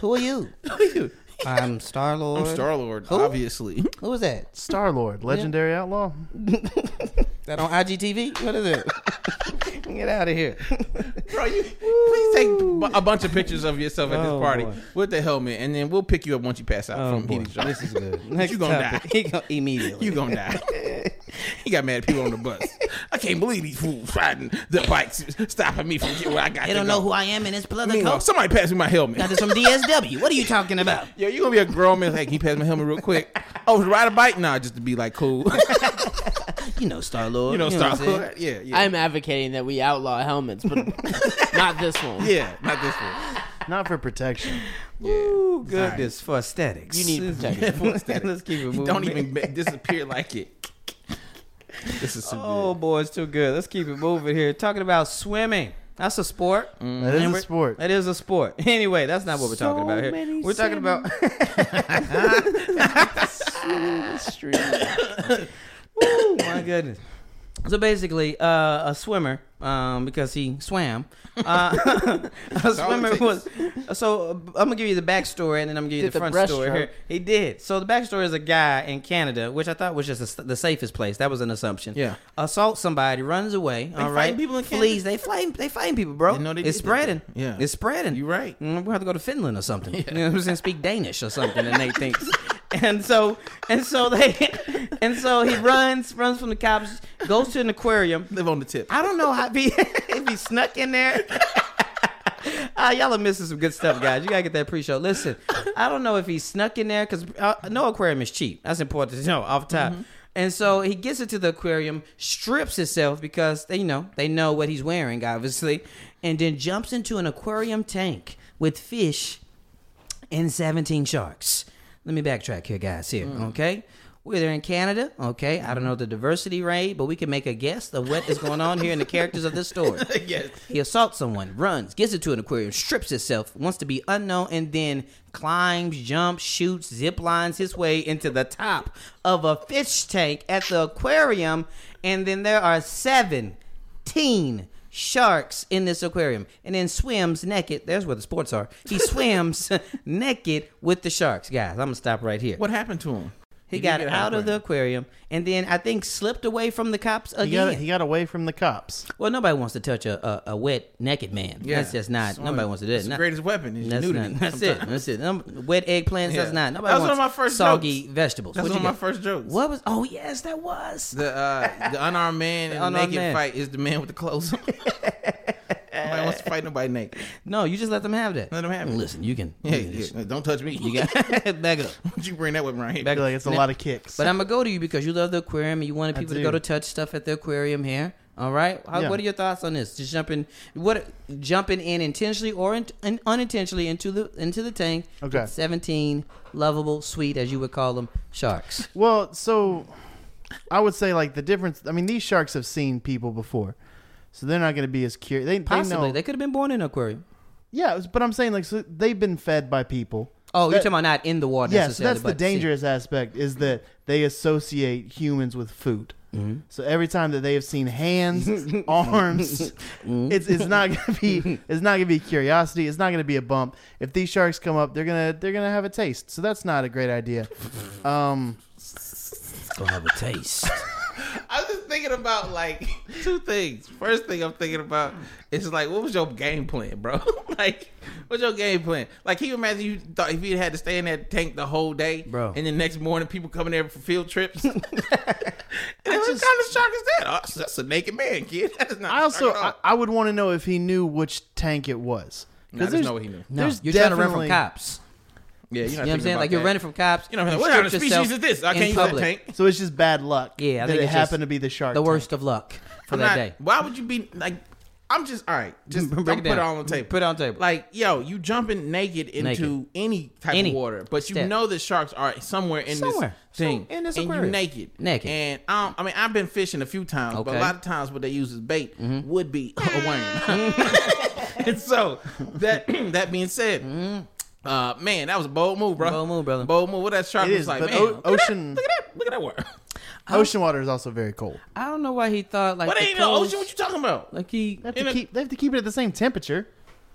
D: Who are you?
B: to-
D: I'm Star Lord.
B: I'm Star Lord,
D: Who?
B: obviously.
D: Who is that?
C: Star Lord, legendary outlaw.
D: That on IGTV? What is it? Get out of here.
B: Bro, you please take bu- a bunch of pictures of yourself at
D: Oh,
B: this party
D: boy. Oh,
B: with the helmet, and then we'll pick you up once you pass out from heat exhaustion.
D: This is good.
B: you gonna die.
D: He gonna immediately.
B: You gonna die. he got mad at people on the bus. I can't believe these fools riding the bikes, stopping me from getting where I got.
D: they
B: to
D: don't
B: go. uh,
D: know who I am in this blood
B: Meanwhile,
D: coat.
B: somebody pass me my helmet.
D: Got this from DSW. What are you talking about?
B: Yo, you gonna be a grown man? Like, can you pass my helmet real quick? Oh, to ride a bike? Nah, just to be like cool.
D: You know Star Lord.
B: you know,
D: what I'm
B: Star
D: saying?
B: Lord. Yeah, yeah,
A: I'm advocating that we outlaw helmets, but not this one.
B: yeah. Not this one.
C: Not for protection.
B: Yeah.
D: Ooh, goodness for aesthetics.
A: You need protection.
D: Let's keep it moving.
B: He don't even ma- disappear like it. This is some
D: Oh boy, it's too good. Let's keep it moving here. Talking about swimming. That's a sport.
C: That is a sport.
D: That is a sport. Anyway, that's not what we're talking about here. We're talking about Oh my goodness. So basically, uh, a swimmer, um, because he swam, uh, a swimmer was. So uh, I'm gonna give you the backstory, and then I'm gonna give you
A: Did
D: the
A: the
D: front story.
A: breaststroke.
D: Here. He did. So the backstory is a guy in Canada, which I thought was just a s the safest place. That was an assumption.
B: Yeah.
D: Assault somebody, runs away. all
B: fighting
D: right.
B: people in Canada?
D: Flees. They fighting. They fighting people, bro.
B: Didn't know they
D: it's
B: did that.
D: spreading.
B: Yeah.
D: It's spreading.
B: You right.
D: Mm, we have to go to Finland or something. You know what I'm saying? Speak Danish or something, and they think. And so, and so they, and so he runs, runs from the cops, goes to an aquarium.
B: live on the tip.
D: I don't know how if he, if he snuck in there. Uh, y'all are missing some good stuff, guys. You gotta get that pre-show. Listen, I don't know if he snuck in there because uh, no aquarium is cheap. That's important to know off the top. And so he gets into the aquarium, strips himself because they, you know they know what he's wearing, obviously, and then jumps into an aquarium tank with fish and 17 sharks. Let me backtrack here, guys. Here, okay. We're there in Canada, okay. I don't know the diversity rate, but we can make a guess of what is going on here in the characters of this story. yes. He assaults someone, runs, gets into an aquarium, strips himself, wants to be unknown, and then climbs, jumps, shoots, zip lines his way into the top of a fish tank at the aquarium, and then there are seven teen sharks in this aquarium and then swims naked. There's where the sports are. He swims naked with the sharks. Guys, I'm going to stop right here.
B: What happened to him?
D: He
B: Did
D: got
B: get
D: out of the
B: awkward?
D: aquarium and then I think slipped away from the cops
C: He
D: again.
C: got, he got away from the cops.
D: well, nobody wants to touch a, a, a wet, naked man.
B: Yeah.
D: That's just not,
B: It's
D: nobody
B: one-
D: wants to do that.
B: it's the
D: Not-
B: greatest weapon is
D: That's,
B: nudity
D: not, that's it.
B: sometimes.
D: That's it. Um, wet eggplants.
B: Yeah.
D: That's not. Nobody
B: That was
D: wants
B: one of my first
D: soggy
B: jokes.
D: vegetables.
B: That's
D: What'd
B: one of
D: you
B: my
D: get?
B: first jokes.
D: What was? Oh yes, that was.
B: The uh, the unarmed man in the
D: unarmed
B: naked
D: man.
B: fight is the man with the clothes on. Nobody wants to fight nobody naked.
D: No, you just let them have that.
B: Let them have it.
D: Listen, you can.
B: Yeah,
D: you can just-
B: yeah. Don't touch me. You got.
D: back up.
B: you bring that weapon right here.
C: I feel like it's a lot of kicks.
D: But I'm gonna go to you because you love the aquarium and you wanted
C: I
D: people to
C: do.
D: go to touch stuff at the aquarium here. All right. How,
C: Yeah.
D: What are your thoughts on this? Just jumping, what jumping in intentionally or in, in- unintentionally into the into the tank.
C: Okay.
D: with Seventeen lovable, sweet as you would call them sharks.
C: Well, so I would say like the difference. I mean, these sharks have seen people before, so they're not going to be as curious. They, they
D: Possibly
C: know.
D: they could have been born in an aquarium.
C: yeah, it was- but I'm saying like so they've been fed by people.
D: Oh, you're
C: That-
D: talking about not in the water.
C: Yes,
D: necessarily,
C: that's the
D: but see.
C: dangerous aspect is that they associate humans with food.
D: Mm-hmm.
C: So every time that they have seen hands, arms,
D: Mm-hmm.
C: it's it's not gonna be it's not gonna be curiosity. It's not gonna be a bump. If these sharks come up, they're gonna they're gonna have a taste. So that's not a great idea. Um,
D: Gonna have a taste.
B: I was just thinking about like two things. First thing I'm thinking about is like, what was your game plan, bro? like, what's your game plan? Like, can you imagine you thought if you had to stay in that tank the whole day,
D: Bro.
B: and the next morning people coming there for field trips? and what kind of shark is that? Oh, that's- that's a naked man, kid. That is not.
C: I also I,
B: I,
C: I would want to know if he knew which tank it was.
B: Nah, there's
C: there's-
B: no way he knew.
D: No,
C: there's
D: you're trying to run from
C: definitely-
D: cops.
B: yeah, you
D: You know what I'm saying? Like you're running from cops.
B: You know, what I'm
D: you
B: saying? what kind of
D: strip
B: species
D: yourself
B: is this? I
D: in
B: can't use that
D: public.
B: tank.
C: So it's just bad luck.
D: Yeah,
C: that
D: I think
C: it
D: it's just
C: happened to be the shark.
D: The
C: tank.
D: worst of luck for
B: I'm
D: that
B: not-
D: day.
B: Why would you be like? I'm just all right. Just I'm
D: Break it
B: put it
D: down.
B: all on the table.
D: Put it on the table.
B: Like yo, you jumping naked into any type
D: Any
B: of water, but you
D: step.
B: know the sharks are somewhere in
D: Somewhere.
B: this thing,
D: Some- in this
B: and you
D: aquarium.
B: naked,
D: Naked.
B: And um, I mean, I've been fishing a few times, but
D: Okay. Mm-hmm.
B: a lot of times what they use as bait would be a worm. and so that that being said. Uh man, that was a bold move, bro.
D: Mm-hmm. Bold move, brother.
B: Bold move. What that shark
C: It
B: was
C: is,
B: like,
C: but
B: man.
C: o-
B: look at that-
C: ocean-
B: Look at that. Look at that worm.
C: Ocean water is also very cold.
D: I don't know why he thought like
B: What
D: the
B: ain't no
D: clothes-
B: ocean? What you talking about?
D: Like he
C: They have,
B: In
C: to
B: a-
C: keep, they have to keep it at the same temperature.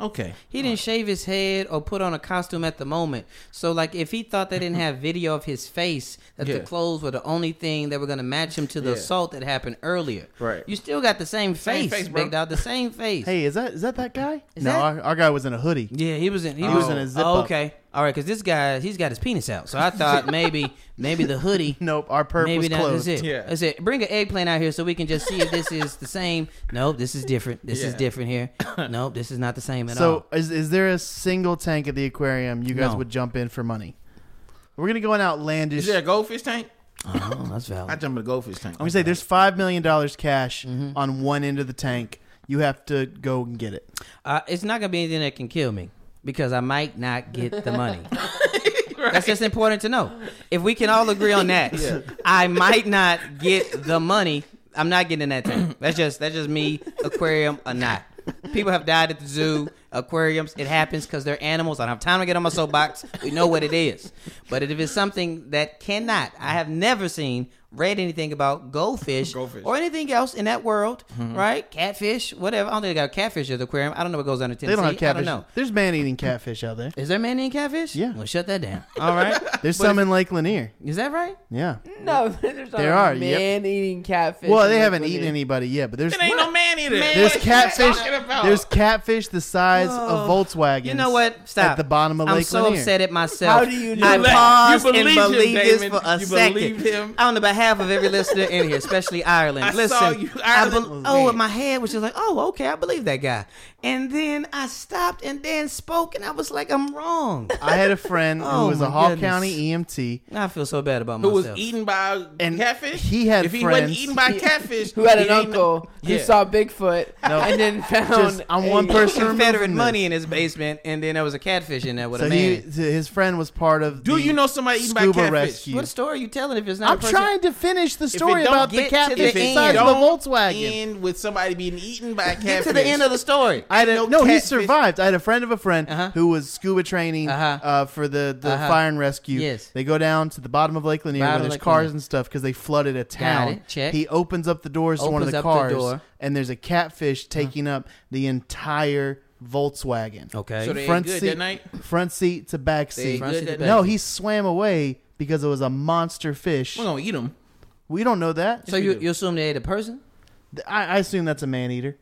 B: Okay.
D: he didn't shave his head or put on a costume at the moment. So like if he thought they didn't have video of his face, that
B: Yeah.
D: the clothes were the only thing that were gonna match him to the
B: Yeah.
D: assault that happened earlier.
B: Right.
D: You still got the same face,
B: face, bro.
D: big dog. The same face.
C: Hey, is that is that that guy?
D: Is
C: no,
D: that-
C: Our, our guy was in a hoodie.
D: Yeah, he was in. He
B: Oh.
C: He was in a zip up.
D: okay, all right, because this guy he's got his penis out. So I thought maybe maybe the hoodie.
C: Nope, our perp
D: Maybe
C: was
D: that
C: closed.
D: was it.
B: Yeah.
D: That's it. Bring an eggplant out here so we can just see if this is the same. Nope, this is different. This is
B: Yeah.
D: different here. Nope, this is not the same at all.
C: So is is there a single tank at the aquarium you guys
D: No.
C: would jump in for money? We're gonna go in outlandish.
B: Is there a goldfish tank?
D: Oh, that's
B: I
D: valid.
B: jump in the goldfish tank.
C: I'm gonna say there's five million dollars cash
D: Mm-hmm.
C: on one end of the tank. You have to go and get it.
D: Uh, it's not gonna be anything that can kill me because I might not get the money. That's just important to know. If we can all agree on that, I might not get the money. I'm not getting that thing. That's just that's just me, aquarium or not. People have died at the zoo, aquariums. It happens because they're animals. I don't have time to get on my soapbox. We know what it is. But if it's something that cannot, I have never seen, read anything about goldfish,
B: Goldfish.
D: or anything else in that world,
C: Mm-hmm.
D: right? Catfish, whatever. I don't think they got catfish at the aquarium. I don't know what goes on in
C: They
D: Tennessee.
C: don't have
D: I
C: catfish.
D: don't know.
C: There's man eating catfish out there.
D: Is there man eating catfish?
C: Yeah.
D: Well, shut that down. All right.
C: There's some in Lake Lanier.
D: Is that right?
C: Yeah.
A: No, there's not
C: There are, yep.
A: man eating catfish.
C: Well,
A: in
C: they
A: Lake
C: haven't
A: Lanier.
C: eaten anybody yet, but there's
B: It ain't no man either.
C: there's
B: What are you
C: catfish.
B: talking about?
C: There's catfish the size of Volkswagen.
D: You know what? Stop.
C: At the bottom of
D: I'm
C: Lake
D: so
C: Lanier.
D: upset at myself.
A: How do you know
D: I
A: that?
D: paused
B: You
D: and
B: believed him,
D: believed this
B: Damon.
D: for a
B: You
D: second.
B: believed him.
D: On the behalf behalf of every listener in here, especially Ireland.
B: I
D: Listen,
B: saw you.
D: I
B: Ireland
D: bel-
B: was
D: oh,
B: big.
D: in my head was just like, oh, okay, I believe that guy. And then I stopped and then spoke, and I was like, I'm wrong.
C: I had a friend who
D: Oh,
C: was a
D: my
C: Hall
D: goodness.
C: County E EMT.
D: I feel so bad about
B: Who was
D: myself.
B: eaten by
C: And
B: catfish?
C: he had
B: If he
C: friends-
B: wasn't eaten by catfish,
A: who had an
B: he ain't no-
A: uncle who
B: Yeah.
A: saw Bigfoot
C: No.
A: and then found
C: Just, I'm one
A: a-
C: person removed
D: Confederate
C: from this.
D: money in his basement, and then there was a catfish in there with
C: So
D: a
C: he,
D: man.
C: so his friend was part of.
B: Do
C: the
B: you know somebody eating by
C: scuba
B: catfish?
C: rescue?
D: what story are you telling if it's not?
C: I'm
D: a person?
C: trying to finish the
B: If it
C: story
B: don't
C: about the
D: get to
C: catfish
D: the
C: the
D: end,
C: size of a
B: don't
C: Volkswagen.
B: end with somebody being eaten by a catfish.
D: Get to the end of the story.
C: I had a, no,
B: No
C: he
B: catfish.
C: survived. I had a friend of a friend
D: Uh-huh.
C: who was scuba training uh
D: Uh-huh.
C: for the, the
D: Uh-huh.
C: fire and rescue.
D: Yes.
C: They go down to the bottom of Lake Lanier
D: Bottom of
C: where there's
D: Lake
C: cars
D: Lanier.
C: and stuff because they flooded a town.
D: it. Check.
C: He opens up the doors to one of
D: Opens
C: the
D: up the
C: cars
D: door. Uh-huh.
C: and there's a catfish taking up the entire Volkswagen.
D: Okay.
B: So they ain't
C: Front
B: good
C: seat,
B: that night.
C: front seat to back
B: They
C: seat.
B: ain't
D: Front
B: good
D: seat to
B: that
D: back
B: night.
C: No, he swam away because it was a monster fish.
B: We're gonna eat them.
C: We don't know that.
D: so you, you assume they ate a person?
C: I, I assume that's a man eater.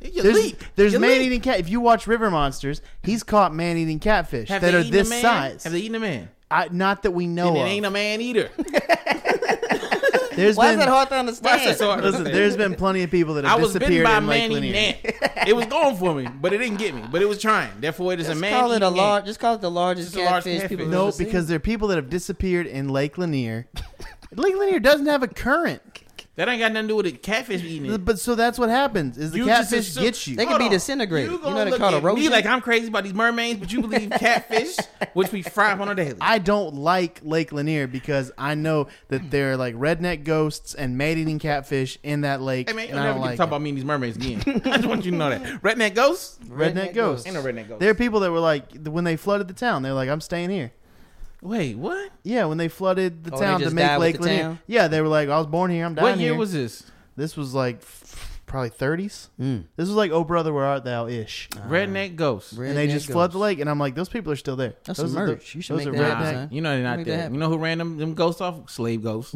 B: You
C: There's,
B: leap.
C: there's
B: You
C: man
B: leap.
C: eating cat. If you watch River Monsters, he's caught man eating catfish
B: Have
C: that
B: they
C: are
B: eaten
C: this
B: a man?
C: size. Oh,
B: Have they eaten a man?
C: I, not that we know
B: And it
C: of.
B: ain't a man either.
C: There's
D: Why
C: been
D: is that hard to understand?
B: Why is that hard?
C: listen, there's been plenty of people that
B: I
C: have
B: was bitten
C: disappeared
B: by a
C: in
B: man
C: Lake
B: eating
C: Lanier.
B: ant. It was going for me, but it didn't get me. But it was trying. Therefore, it is a
D: Just
B: man
D: call it a
B: eating
D: large.
B: ant.
D: Just call it the largest
B: Just a large
D: catfish
B: catfish.
D: people. have
C: No,
D: ever seen.
C: because there are people that have disappeared in Lake Lanier. Lake Lanier doesn't have a current,
B: That ain't got nothing to do with a catfish eating it.
C: but so that's what happens: is the
B: You just
C: catfish
B: assume-
C: gets you.
D: They- can
B: Hold
D: be
B: on.
D: disintegrated. You
B: gonna
D: know they
B: look
D: call it
B: at me
D: erosion?
B: like I'm crazy about these mermaids, but you believe catfish, which we fry up on a daily.
C: I don't like Lake Lanier because I know that there are like redneck ghosts and man eating catfish in that lake.
B: Hey man, you'll
C: and I
B: never
C: don't
B: get to
C: like
B: talk
C: it.
B: about me and these mermaids again. I just want you to know that. Redneck ghosts?
C: redneck, ghosts.
B: Ain't no redneck ghosts.
C: There are people that were like when they flooded the town. They're like, I'm staying here.
B: Wait, what?
C: Yeah, when they flooded the
D: Oh, they
C: town to
D: just
C: make
D: died with
C: Lake
D: the
C: Lanier.
D: town?
C: Yeah, they were like, I was born here. I'm dying
B: What year
C: here.
B: was this?
C: this was like f- probably 30s.
D: Hmm.
C: This was like Oh Brother Where Art Thou ish,
D: Uh, Ah,
B: redneck ghosts.
C: and they just flood the lake. And I'm like, those people are still there.
D: That's
C: those
D: some
C: are the-
D: merch. You should
C: those
D: make
C: are
D: that up,
C: redneck.
D: son.
B: You know they're not
D: Make that
B: there.
D: happen.
B: You know who ran them, them ghosts off? Slave ghosts.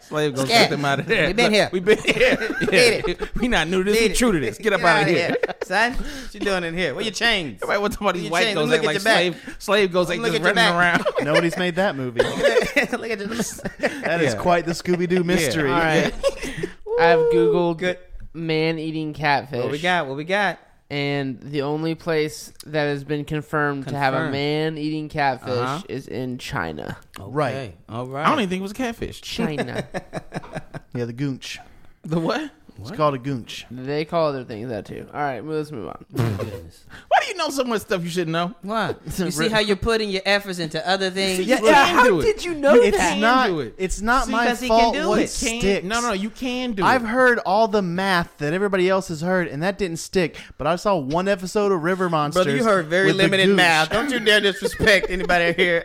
B: Slave ghosts get them out of there.
D: We been here.
B: We been here.
D: Did
B: Yeah. We not new to this.
D: Did
B: We
D: it.
B: true to this. Get up out of here.
D: son. What you doing in here? Where your chains?
B: Everybody wants somebody these
D: You
B: white
D: changed.
B: ghosts
D: Look
B: act
D: at
B: like
D: your back.
B: slave, slave ghosts. They
D: Look
B: just
D: at your
B: running around.
C: Nobody's made that movie. That
D: Look at this.
C: is
B: Yeah.
C: quite the Scooby Doo mystery.
A: All right. I've Googled
D: Good.
A: man eating catfish.
D: What we got? What we got?
A: And the only place that has been confirmed, to have a
D: Confirmed.
A: man eating catfish
D: Uh-huh.
A: is in China.
C: Right.
D: Okay. All right.
B: I don't even think it was a catfish.
A: China.
C: Yeah, the goonch.
B: The what?
C: It's called a goonch.
A: they call other things that too. All right, well, let's move on.
B: Why do you know so much stuff you shouldn't know?
D: Why? You see how you're putting your efforts into other things?
B: Yeah, yeah, how did
A: you know
C: It's
B: can
C: not.
B: do it.
C: It's not
D: See,
C: my
D: 'cause he
C: fault.
D: can do
C: what
D: it.
B: Can-
C: sticks?
B: No, no, you can do
C: I've
B: it.
C: heard all the math that everybody else has heard, and that didn't stick. But I saw one episode of River Monsters.
D: Brother, you heard very
C: with the
D: limited
C: gooch.
D: math. Don't you dare disrespect anybody here.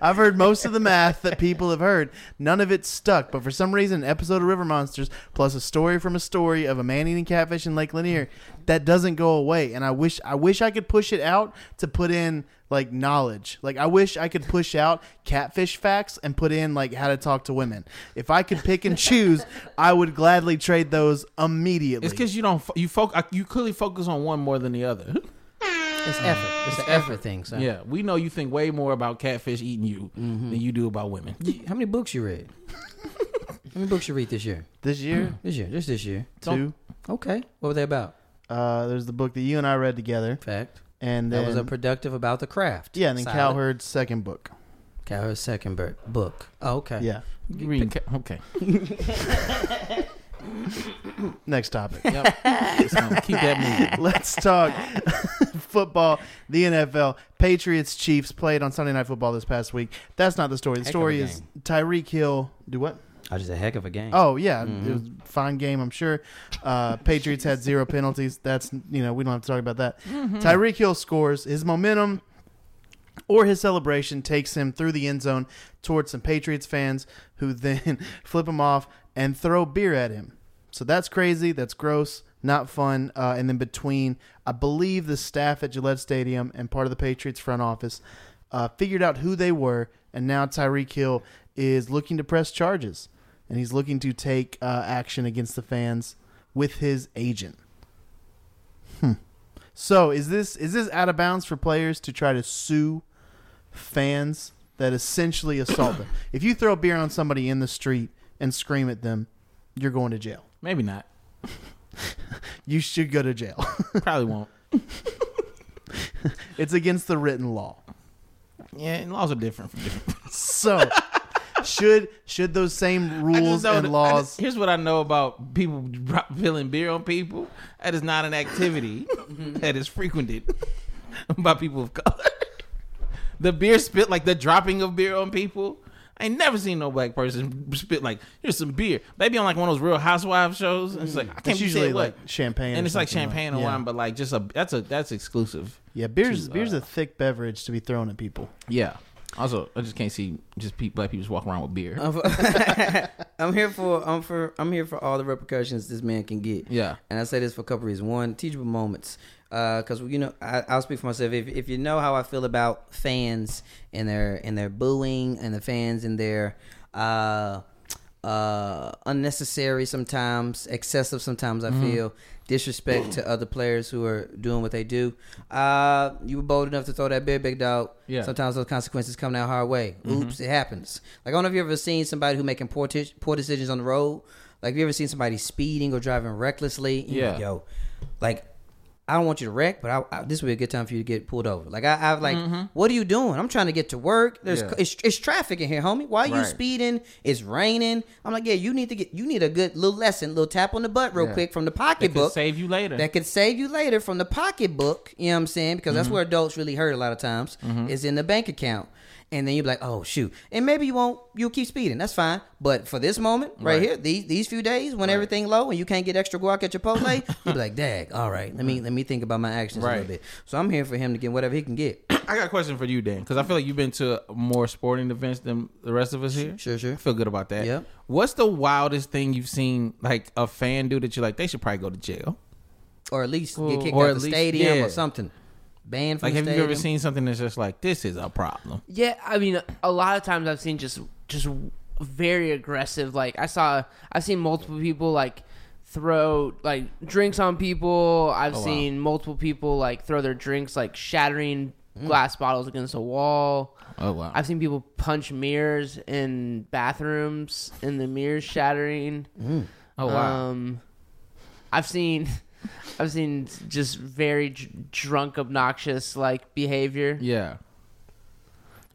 C: I've heard most of the math that people have heard. None of it stuck. But for some reason, an episode of River Monsters plus a story from a story of a man eating catfish in Lake Lanier that doesn't go away. And I wish I wish I could push it out to put in like knowledge. Like I wish I could push out catfish facts and put in like how to talk to women. If I could pick and choose, I would gladly trade those immediately.
B: It's because you don't. fo- You fo- You clearly focus on one more than the other.
D: It's effort. It's an effort thing, son.
B: Yeah, we know you think way more about catfish eating you than you do about women.
D: How many books you read? How many books you read this year?
C: this year,
D: This year. Just this year.
C: two.
D: Okay. What were they about?
C: Uh, there's the book that you and I read together,
D: Fact.
C: and then,
D: that was a productive about the craft.
C: yeah, and then
D: Solid.
C: Cowherd's second book.
D: Cowherd's second bir- book. Oh, okay.
C: Yeah.
B: You reading ca- okay.
C: Next topic.
B: So keep that moving.
C: Let's talk football, the NFL. Patriots Chiefs played on Sunday Night Football this past week. That's not the story. The
D: Heck of a
C: story is
D: game.
C: Tyreek Hill. Do what?
D: I just a heck of a game.
C: Oh yeah, it
D: Mm-hmm.
C: was a fine game. I'm sure. Uh, Patriots had zero penalties. That's you know we don't have to talk about that. Tyreek Hill scores. His momentum or his celebration takes him through the end zone towards some Patriots fans who then flip him off and throw beer at him. So that's crazy. That's gross. Not fun. Uh, and then between, I believe the staff at Gillette Stadium and part of the Patriots front office uh, figured out who they were, and now Tyreek Hill is looking to press charges, and he's looking to take uh, action against the fans with his agent. Hmm. So is this is this out of bounds for players to try to sue fans that essentially assault them. If you throw beer on somebody in the street and scream at them, you're going to jail.
B: Maybe not.
C: You should go to jail.
B: Probably won't.
C: it's against the written law.
B: Yeah, and laws are different from different.
C: So, should should those same
B: I just
C: rules
B: know
C: and
B: that- I
C: laws
B: just- here's what I know about people drop, spilling beer on people. That is not an activity that is frequented by people of color. the beer spit, like the dropping of beer on people. I ain't never seen no black person spit like here's some beer. Maybe on like one of those Real Housewives shows. And Mm. it's like I can't
C: It's
B: be
C: usually
B: usually
C: like
B: what.
C: champagne,
B: and
C: or
B: it's like
C: something
B: champagne
C: that.
B: and
C: yeah.
B: wine, but like just a that's a that's exclusive.
C: Yeah, beer's
B: to,
C: beer's
B: uh,
C: a thick beverage to be thrown at people.
B: Yeah. Also, I just can't see just pe- black people just walk around with beer.
D: I'm, I'm here for I'm for I'm here for all the repercussions this man can get.
B: Yeah.
D: and I say this for a couple reasons. One, teachable moments, because you know I, I'll speak for myself. If, if you know how I feel about fans and their and their booing and the fans and their uh, uh, unnecessary sometimes excessive sometimes I
B: Mm-hmm.
D: feel disrespect to other players who are doing what they do. Uh, you were bold enough to throw that beer, big dog.
B: Yeah.
D: Sometimes sometimes those consequences come down hard way.
B: Mm-hmm.
D: Oops, it happens. Like I don't know if you ever seen somebody who making poor, t- poor decisions on the road. Like have you ever seen somebody speeding or driving recklessly? And you're like,
B: Yeah.
D: yo, like I don't want you to wreck, but I, I, this would be a good time for you to get pulled over. Like I, I like, what are you doing? I'm trying to get to work. There's
B: Mm-hmm. Yeah.
D: it's, it's traffic in here, homie. Why are you
B: Right.
D: speeding? It's raining. I'm like, yeah, you need to get you need a good little lesson, little tap on the butt real
B: Yeah.
D: quick from the
B: It could
D: pocketbook
B: save you later.
D: that could save you later from the pocketbook. You know what I'm saying? Because
B: Mm-hmm.
D: that's where adults really hurt a lot of times. Is in the bank account, and then you're like, oh shoot, and maybe you won't. You'll keep speeding. That's fine. But for this moment right,
B: Right.
D: here, these these few days when everything low and you can't get extra guac at Chipotle, you'll be like, dag. All right, let me let me think about my actions a
B: Right.
D: little bit. So I'm here for him to get whatever he can get.
B: I got a question for you, Dan, because I feel like you've been to more sporting events than the rest of us here.
D: sure, sure.
B: I feel good about that.
D: Yep.
B: What's the wildest thing you've seen like a fan do that you're like they should probably go to jail?
D: or at least
B: Well,
D: get kicked
B: or
D: out
B: at
D: the
B: least-
D: stadium
B: yeah.
D: or something. Banned from
B: Like,
D: the
B: have
D: stadium.
B: you ever seen something that's just like this is a problem?
A: Yeah, I mean, a lot of times I've seen just just very aggressive. Like I saw, I've seen multiple people like throw like drinks on people. I've seen multiple people like throw their drinks like shattering glass bottles against a wall.
B: Oh wow!
A: I've seen people punch mirrors in bathrooms and the mirrors shattering.
B: oh wow!
A: Um, I've seen, I've seen just very dr- drunk, obnoxious like behavior
B: yeah.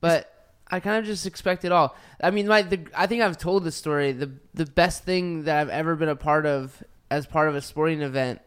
A: but I kind of just expect it all. I mean, my the, I think I've told this story. The the best thing that I've ever been a part of as part of a sporting event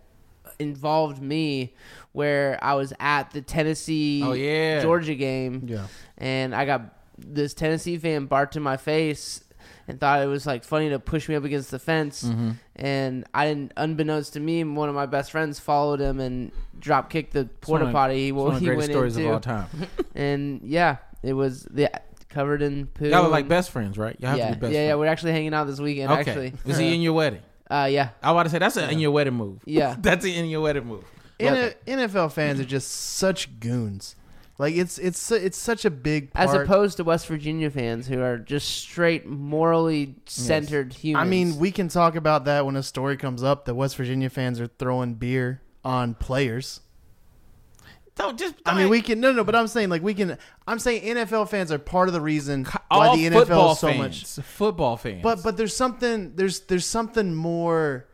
A: involved me, where I was at the Tennessee
B: Oh, yeah.
A: Georgia game,
C: Yeah.
A: and I got this Tennessee fan barked in my face. And thought it was like funny to push me up against the fence,
B: Mm-hmm.
A: and I didn't. Unbeknownst to me, one of my best friends followed him and drop kicked the
B: It's
A: porta
B: one of-
A: potty. He,
B: it's
A: well,
B: one of the
A: he
B: greatest
A: went
B: stories
A: into
B: of all time.
A: and yeah, it was the covered in poo.
B: Y'all are like
A: and-
B: best friends, right? Y'all have
A: yeah,
B: to be best
A: yeah, yeah.
B: friends.
A: We're actually hanging out this weekend.
B: okay.
A: Actually,
B: Was he in your wedding?
A: uh, yeah,
B: I want to say that's an in your wedding move.
A: Yeah.
B: that's an in your wedding move.
C: N-
B: Okay.
C: NFL fans are just such goons. Like it's it's su- it's such a big part.
A: as opposed to West Virginia fans who are just straight morally centered
C: I
A: humans.
C: mean, we can talk about that when a story comes up that West Virginia fans are throwing beer on players.
B: Don't just.
C: I mean, we can no, no, but I'm saying like we can. I'm saying NFL fans are part of the reason
B: all
C: why the NFL
B: football
C: is so
B: fans,
C: much.
B: football fans.
C: But but there's something there's there's something more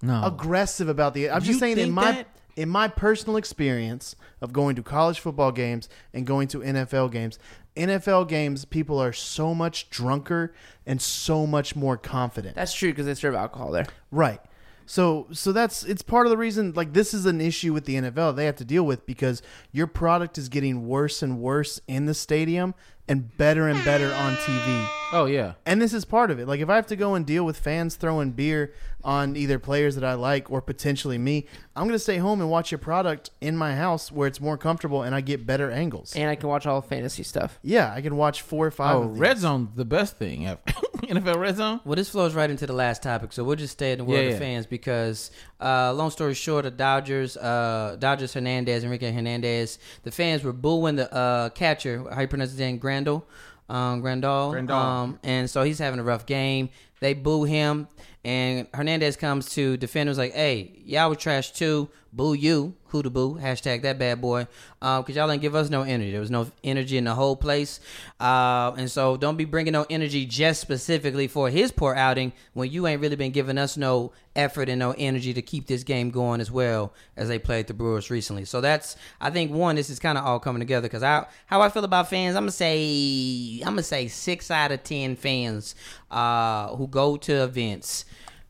B: no,
C: aggressive about the. I'm
B: You
C: just saying in
B: think
C: my
B: that?
C: in my personal experience of going to college football games and going to NFL games, NFL games people are so much drunker and so much more confident.
A: that's true because they serve alcohol there.
C: Right. So so that's it's part of the reason like this is an issue with the NFL they have to deal with because your product is getting worse and worse in the stadium and better and better on TV.
B: oh yeah.
C: And this is part of it. Like if I have to go and deal with fans throwing beer on either players that I like or potentially me, I'm going to stay home and watch your product in my house where it's more comfortable and I get better angles.
A: And I can watch all fantasy stuff.
C: yeah, I can watch 4 or 5
B: Oh,
C: of these.
B: red zone's the best thing ever. NFL red zone.
D: Well, this flows right into the last topic, so we'll just stay in the world
B: Yeah,
D: of
B: yeah.
D: fans because, uh, long story short, the Dodgers, uh, Dodgers Hernandez, Enrique Hernandez, the fans were booing the uh, catcher. How you pronounce his name? Grandal, um, Grandal.
B: Grandal.
D: Um, and so he's having a rough game. They boo him, and Hernandez comes to defend. him, Was like, "Hey, y'all were trash too, Boo you, who to boo, hashtag that bad boy. Because y'all didn't give us no energy. There was no energy in the whole place. Uh, and so don't be bringing no energy just specifically for his poor outing when you ain't really been giving us no effort and no energy to keep this game going as well as they played the Brewers recently. So that's, I think, one, this is kind of all coming together because I, how I feel about fans, I'm going to say, I'm going to say six out of 10 fans uh, who go to events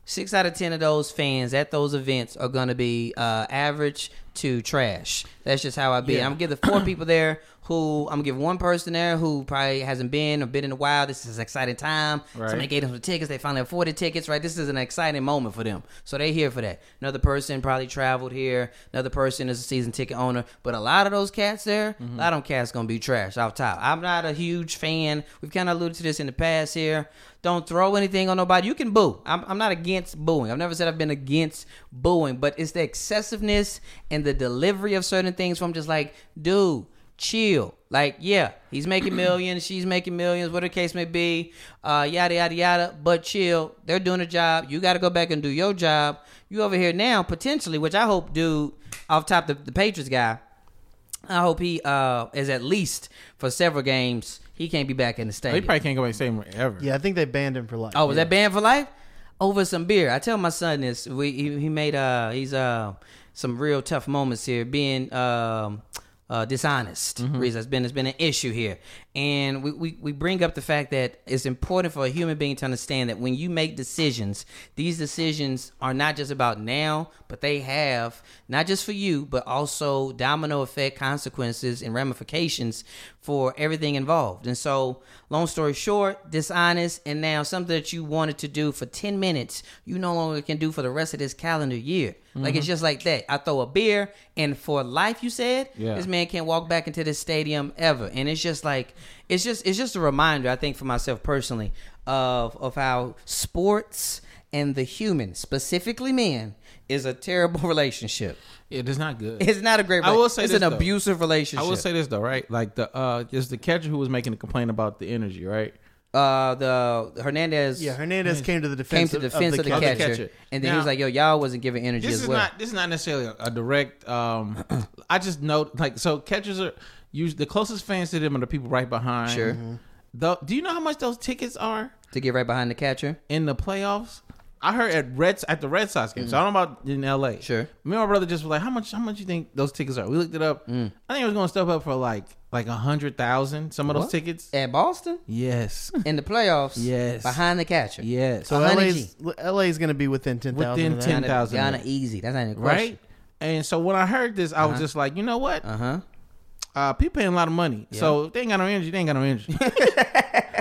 D: six out of ten of those fans at those events are gonna be uh, average to trash. That's just how I be. I'm gonna give the four people there who I'm gonna give one person there who probably hasn't been or been in a while. This is an exciting time. Somebody gave them some tickets. They finally afforded tickets. Right. This is an exciting moment for them. So they here for that. Another person probably traveled here. Another person is a season ticket owner. But a lot of those cats there, a lot of them cats gonna be trash off top. I'm not a huge fan. We've kind of alluded to this in the past here. Don't throw anything on nobody. You can boo. I'm, I'm not against booing. I've never said I've been against booing, but it's the excessiveness and the delivery of certain things where I'm just like, dude, chill. Like, yeah, he's making millions, she's making millions, whatever the case may be, uh, yada, yada, yada, but chill. They're doing a job. You got to go back and do your job. You over here now, potentially, which I hope, dude, off top, the, the Patriots guy, I hope he uh, is at least for several games. He can't be back in the
B: They
D: stadium.
B: probably can't go back stadium ever.
C: Yeah, I think they banned him for life.
D: Oh, was that banned for life? Over some beer. I tell my son this. We he, he made uh he's uh some real tough moments here being um uh, dishonest. Reason it's been it's been an issue here, and we, we we bring up the fact that it's important for a human being to understand that when you make decisions, these decisions are not just about now, but they have not just for you, but also domino effect consequences and ramifications for everything involved. And so, long story short, dishonest, and now something that you wanted to do for 10 minutes, you no longer can do for the rest of this calendar year. Like, it's just like that. I throw a beer, and for life, you said,
B: Yeah.
D: this man can't walk back into this stadium ever. And it's just like, it's just, it's just a reminder, I think, for myself personally, of, of how sports and the human, specifically men, is a terrible relationship.
B: It is not good.
D: It's not a great.
B: I will say
D: it's
B: this,
D: an
B: though.
D: abusive relationship.
B: I will say this though, right? Like the uh, there's the catcher who was making a complaint about the energy, right?
D: uh, the Hernandez.
C: Yeah, Hernandez came to the
D: came
C: defense,
D: to the defense of the,
B: catcher.
D: catcher,
B: uh, Catcher.
D: and then he was
B: Now-
D: like, "Yo, y'all wasn't giving energy
B: This
D: as
B: is
D: well."
B: not this is not necessarily a, a direct. Um, I just know like so catchers are use the closest fans to them are the people right behind.
D: Sure. Mhm.
B: Though, do you know how much those tickets are
D: to get right behind the catcher,
B: in the playoffs? I heard at Reds at the Red Sox game. So I don't know about in L.A.
D: Mm. Sure.
B: Me and my brother just were like, how much? How much you think those tickets are? We looked it up.
D: Mm.
B: I think it was going to step up for like like a hundred thousand. Some of those tickets.
D: at Boston
B: Yes.
D: in the playoffs,
B: Yes.
D: behind the catcher,
B: Yes.
D: So
C: So
D: LA
C: LA's, LA's going to be within 10,000.
B: Within
C: of that.
B: 10,000.
D: Yana,
B: 10,000.
D: Yana easy. That's not even a
B: right?
D: question.
B: And so when I heard this, I was just like, you know what?
D: Uh-huh. Uh huh.
B: Uh, people paying a lot of money, so if they ain't got no energy. They ain't got no energy.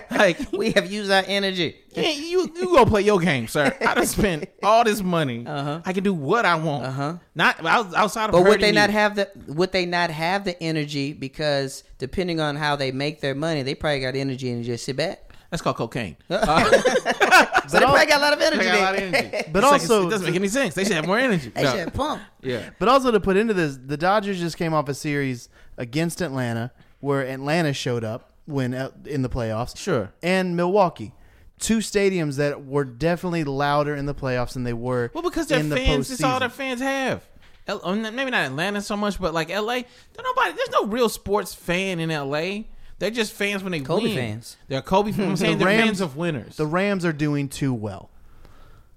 B: like you,
D: We have used our energy.
B: ain't- you, you go play your game, sir. I done spent all this money. Uh-huh. I can do what I want. Uh-huh. Not out- outside of.
D: But would they
B: hurting
D: not
B: you.
D: have the would they not have the energy because depending on how they make their money, they probably got energy and just sit back.
B: That's called cocaine.
D: So they probably got a lot of energy.
B: They got a lot of
D: there.
B: energy. It's like,
C: But also-
B: it doesn't make any sense. They should have more energy.
D: They
B: No.
D: should pump.
B: Yeah.
C: But also to put into this, the Dodgers just came off a series against Atlanta where Atlanta showed up when uh, in the playoffs.
B: Sure.
C: And Milwaukee. Two stadiums that were definitely louder in the playoffs than they were
B: Well, because their
C: in the
B: fans, it's all
C: postseason.
B: their fans have. L- oh, n- maybe not Atlanta so much, but like L.A. There's nobody. There's no real sports fan in L.A. They're just fans when they
D: Kobe
B: win.
D: fans.
B: They're Kobe fans. I'm saying
C: The
B: they're
C: Rams-
B: fans of winners.
C: The Rams are doing too well.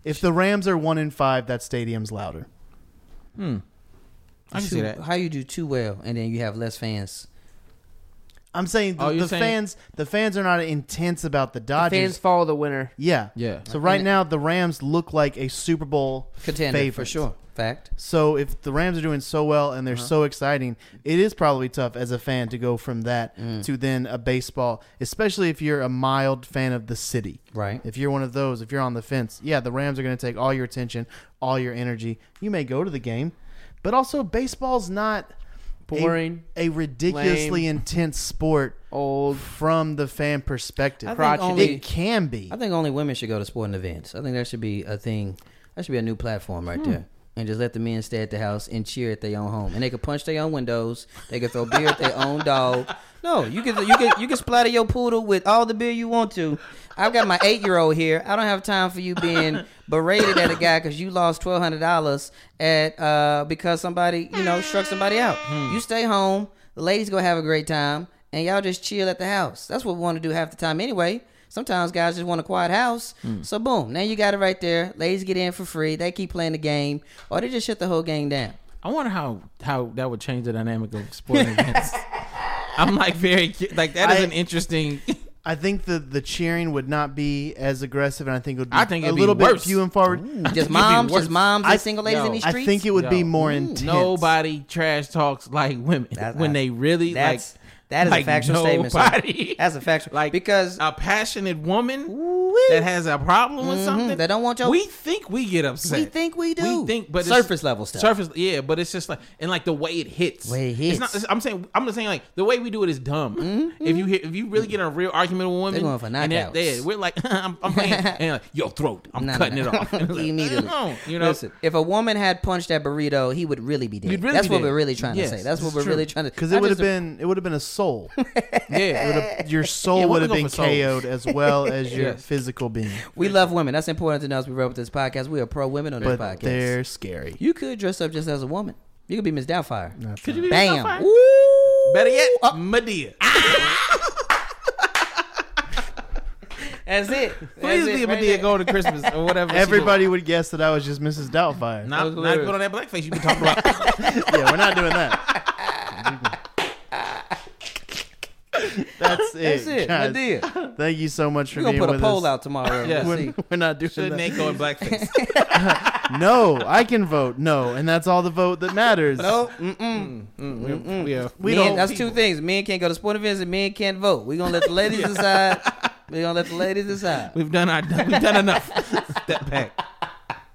C: If the Rams are one in five, that stadium's louder.
B: I can see that.
D: How you do too well and then you have less fans.
C: I'm saying the,
B: Oh, you're
C: the
B: saying-
C: fans the fans are not intense about the
B: Ah,
C: Dodgers.
A: Fans follow the winner.
C: yeah.
B: Yeah.
C: So right
D: And-
C: now the Rams look like a Super Bowl
D: Contender for
C: favorite.
D: sure. Uh-huh. Fact.
C: So if the Rams are doing so well and they're so exciting, it is probably tough as a fan to go from that
D: Mm.
C: to then a baseball, especially if you're a mild fan of the city.
D: Right.
C: If you're one of those, if you're on the fence, yeah, the Rams are going to take all your attention, all your energy. You may go to the game, but also baseball's not a-
A: Boring.
C: a, ridiculously
A: Lame.
C: intense sport
A: Old.
C: from the fan perspective.
D: I think only-
C: it can be.
B: Hmm.
D: I think only women should go to sporting events. I think that should be a thing. That should be a new platform right there. and just let the men stay at the house and cheer at their own home. And they could punch their own windows. They could throw beer at their own dog. No, you can you can you can splatter your poodle with all the beer you want to. I've got my eight year old here. I don't have time for you being berated at a guy because you lost twelve hundred dollars at uh, because somebody you know struck somebody out.
C: Hmm.
D: You stay home. The ladies gonna have a great time, and y'all just chill at the house. That's what we want to do half the time anyway. Sometimes guys just want a quiet house.
C: Hmm.
D: So boom, now you got it right there. Ladies get in for free. They keep playing the game, or they just shut the whole game down.
B: I wonder how how that would change the dynamic of sporting events. I'm like very cu- like that is
C: I-
B: an interesting.
C: I think the the cheering would not be as aggressive, and I think it would be
B: I think
C: a
B: it'd be
C: little bit
B: worse.
C: few and forward.
B: It'd
D: Just
B: be
D: moms,
B: worse.
D: just moms, and
C: I-
D: single ladies
B: yo,
D: in these
C: I
D: streets.
C: think it would be
B: Yo.
C: more intense.
B: Nobody trash talks like women
D: That's-
B: when they really like.
D: that's that is
B: like
D: a factual statement.
B: nobody.
D: Sir. That's a factual
B: Like,
D: like because
B: a passionate woman
D: Ooh-wee.
B: that has a problem with something.
D: Mm-hmm. they don't want your-
B: We think we get upset.
D: we think we do.
B: We think, but it's-
D: surface level stuff.
B: Surface, yeah, but it's just like and like the way it hits.
D: Way it
B: It's not,
D: hits. Mm-hmm.
B: I'm saying I'm just saying like the way we do it is dumb. If you hear, if you really get in a real argument with a woman,
D: They're going for
B: and they're-
D: knockouts.
B: they're- we're like I'm, I'm playing, and like your throat, I'm
D: No, no,
B: cutting
D: no.
B: it off And it's like,
D: Immediately.
B: "No," you know.
D: Listen, if a woman had punched that burrito, he would really be dead.
B: He'd really
D: That's
B: be
D: what
B: dead.
D: we're really trying
B: Yes,
D: to say. That's what
B: it's
D: we're
B: true.
D: really trying to.
C: because
D: I
C: it would have
D: just-
C: been it would have been a soul.
B: yeah,
C: Your soul
B: Yeah,
C: would
B: we're
C: have
B: gonna
C: been
B: go for soul.
C: KO'd as well as your
B: Yes.
C: physical being.
D: We love women. That's important to know as we roll with this podcast. We are pro women on this
C: But
D: podcast.
C: they're scary.
D: You could dress up just as a woman. You could be Miss Doubtfire.
B: could you be
D: Bam.
B: Ooh.
D: Ooh.
B: Better yet,
D: Oh.
B: Medea.
D: That's it.
B: Please be Medea going to Christmas or whatever. she
C: Everybody would guess that I was just Mrs. Doubtfire.
B: do. Not,
D: was
B: not
D: hilarious.
B: put on that blackface you been talking about.
C: yeah, we're not doing that. That's it.
D: That's it.
C: guys.
D: Medea.
C: Thank you so much for
D: We're gonna
C: being
D: put a
C: with
D: poll
C: us.
D: out tomorrow.
B: Yeah.
D: We'll
C: We're,
D: see.
C: we're not doing
B: Shouldn't they
C: that.
B: go in blackface?
C: No, I can vote no, and that's all the vote that matters.
D: No, mm-mm.
B: We are-
C: we
D: Men-
C: don't.
D: that's two things. Men can't go to sport events and men can't vote. We're gonna let the ladies decide. We're gonna let the ladies decide.
B: We've done our. We've done enough. Step back.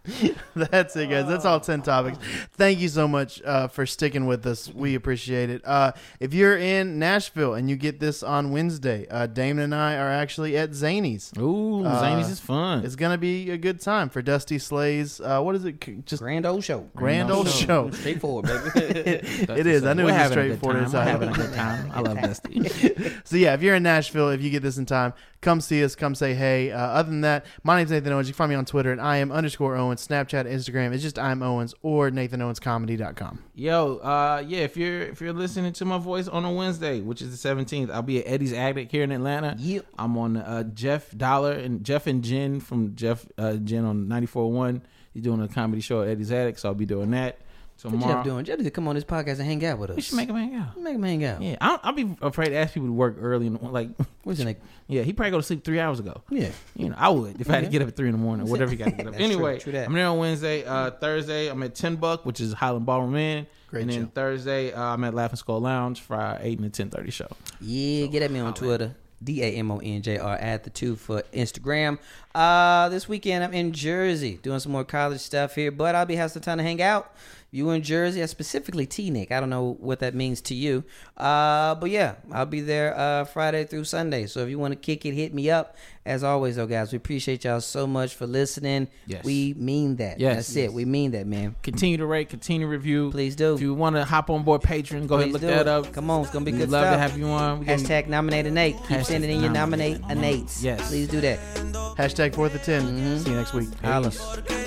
C: That's it, guys. That's all 10 topics. Thank you so much uh, for sticking with us. We appreciate it. Uh, if you're in Nashville and you get this on Wednesday, uh, Damon and I are actually at Zany's.
B: Ooh,
C: Uh,
B: Zanies is fun.
C: It's going to be a good time for Dusty Slay's, uh, what is it? C- Just
D: Grand old show.
C: grand old show.
D: Straightforward, baby.
C: It is. I knew it was a straightforward.
B: We're having a
C: time.
B: good time. I love Dusty.
C: So yeah, if you're in Nashville, if you get this in time, come see us. Come say hey. Uh, other than that, my name's Nathan Owens. You can find me on Twitter at I am underscore Owens, Snapchat, Instagram. It's just I'm Owens or NathanOwensComedy.com.
B: Yo, uh, yeah, if you're if you're listening to my voice on a Wednesday, which is the seventeenth, I'll be at Eddie's Attic here in Atlanta.
D: Yep.
B: I'm on uh, Jeff Dollar and Jeff and Jen from Jeff uh, Jen on ninety four one. He's doing a comedy show at Eddie's Attic, so I'll be doing that
D: What Jeff
B: tomorrow.
D: doing? Jeff needs to come on this podcast and hang out with us.
B: We should make him hang out.
D: Make him hang out.
B: Yeah, I don't, I'll be afraid to ask people to work early and like,
D: Where's the next?
B: yeah, he probably go to sleep three hours ago.
D: Yeah.
B: You know, I would if I had to get up at three in the morning or whatever you got to get up.
D: That's true.
B: anyway,
D: True that.
B: I'm there on Wednesday, uh, Thursday. I'm at Ten Buck, which is Highland Ballroom Inn.
C: Great
B: and then
C: show.
B: Thursday, uh, I'm at Laughing Skull Lounge for our eight and the ten thirty show.
D: Yeah, get at me on Twitter. D A M O N J R at the two for Instagram. Uh, this weekend I'm in Jersey doing some more college stuff here, but I'll be having some time to hang out. You in Jersey, uh, specifically T Nick. I don't know what that means to you. Uh, but yeah, I'll be there uh, Friday through Sunday. So if you want to kick it, hit me up. As always, though, guys, we appreciate y'all so much for listening.
B: Yes.
D: We mean that.
B: Yes.
D: That's it. We mean that, man.
B: Continue to rate, continue to review.
D: Please do.
B: If you want to hop on board Patreon, go ahead and
D: Please
B: look
D: do
B: that
D: it.
B: up.
D: Come on, it's gonna be
B: We'd
D: good
B: love to
D: stuff.
B: have you on. We can-
D: Hashtag nominate a Nate. Keep
B: Hashtag
D: sending in your nominate
B: nominate
D: a Nate.
B: Yes.
D: Please do that. Mm-hmm.
C: Hashtag fourth of 10 See you next week.
B: Alice.
E: Porque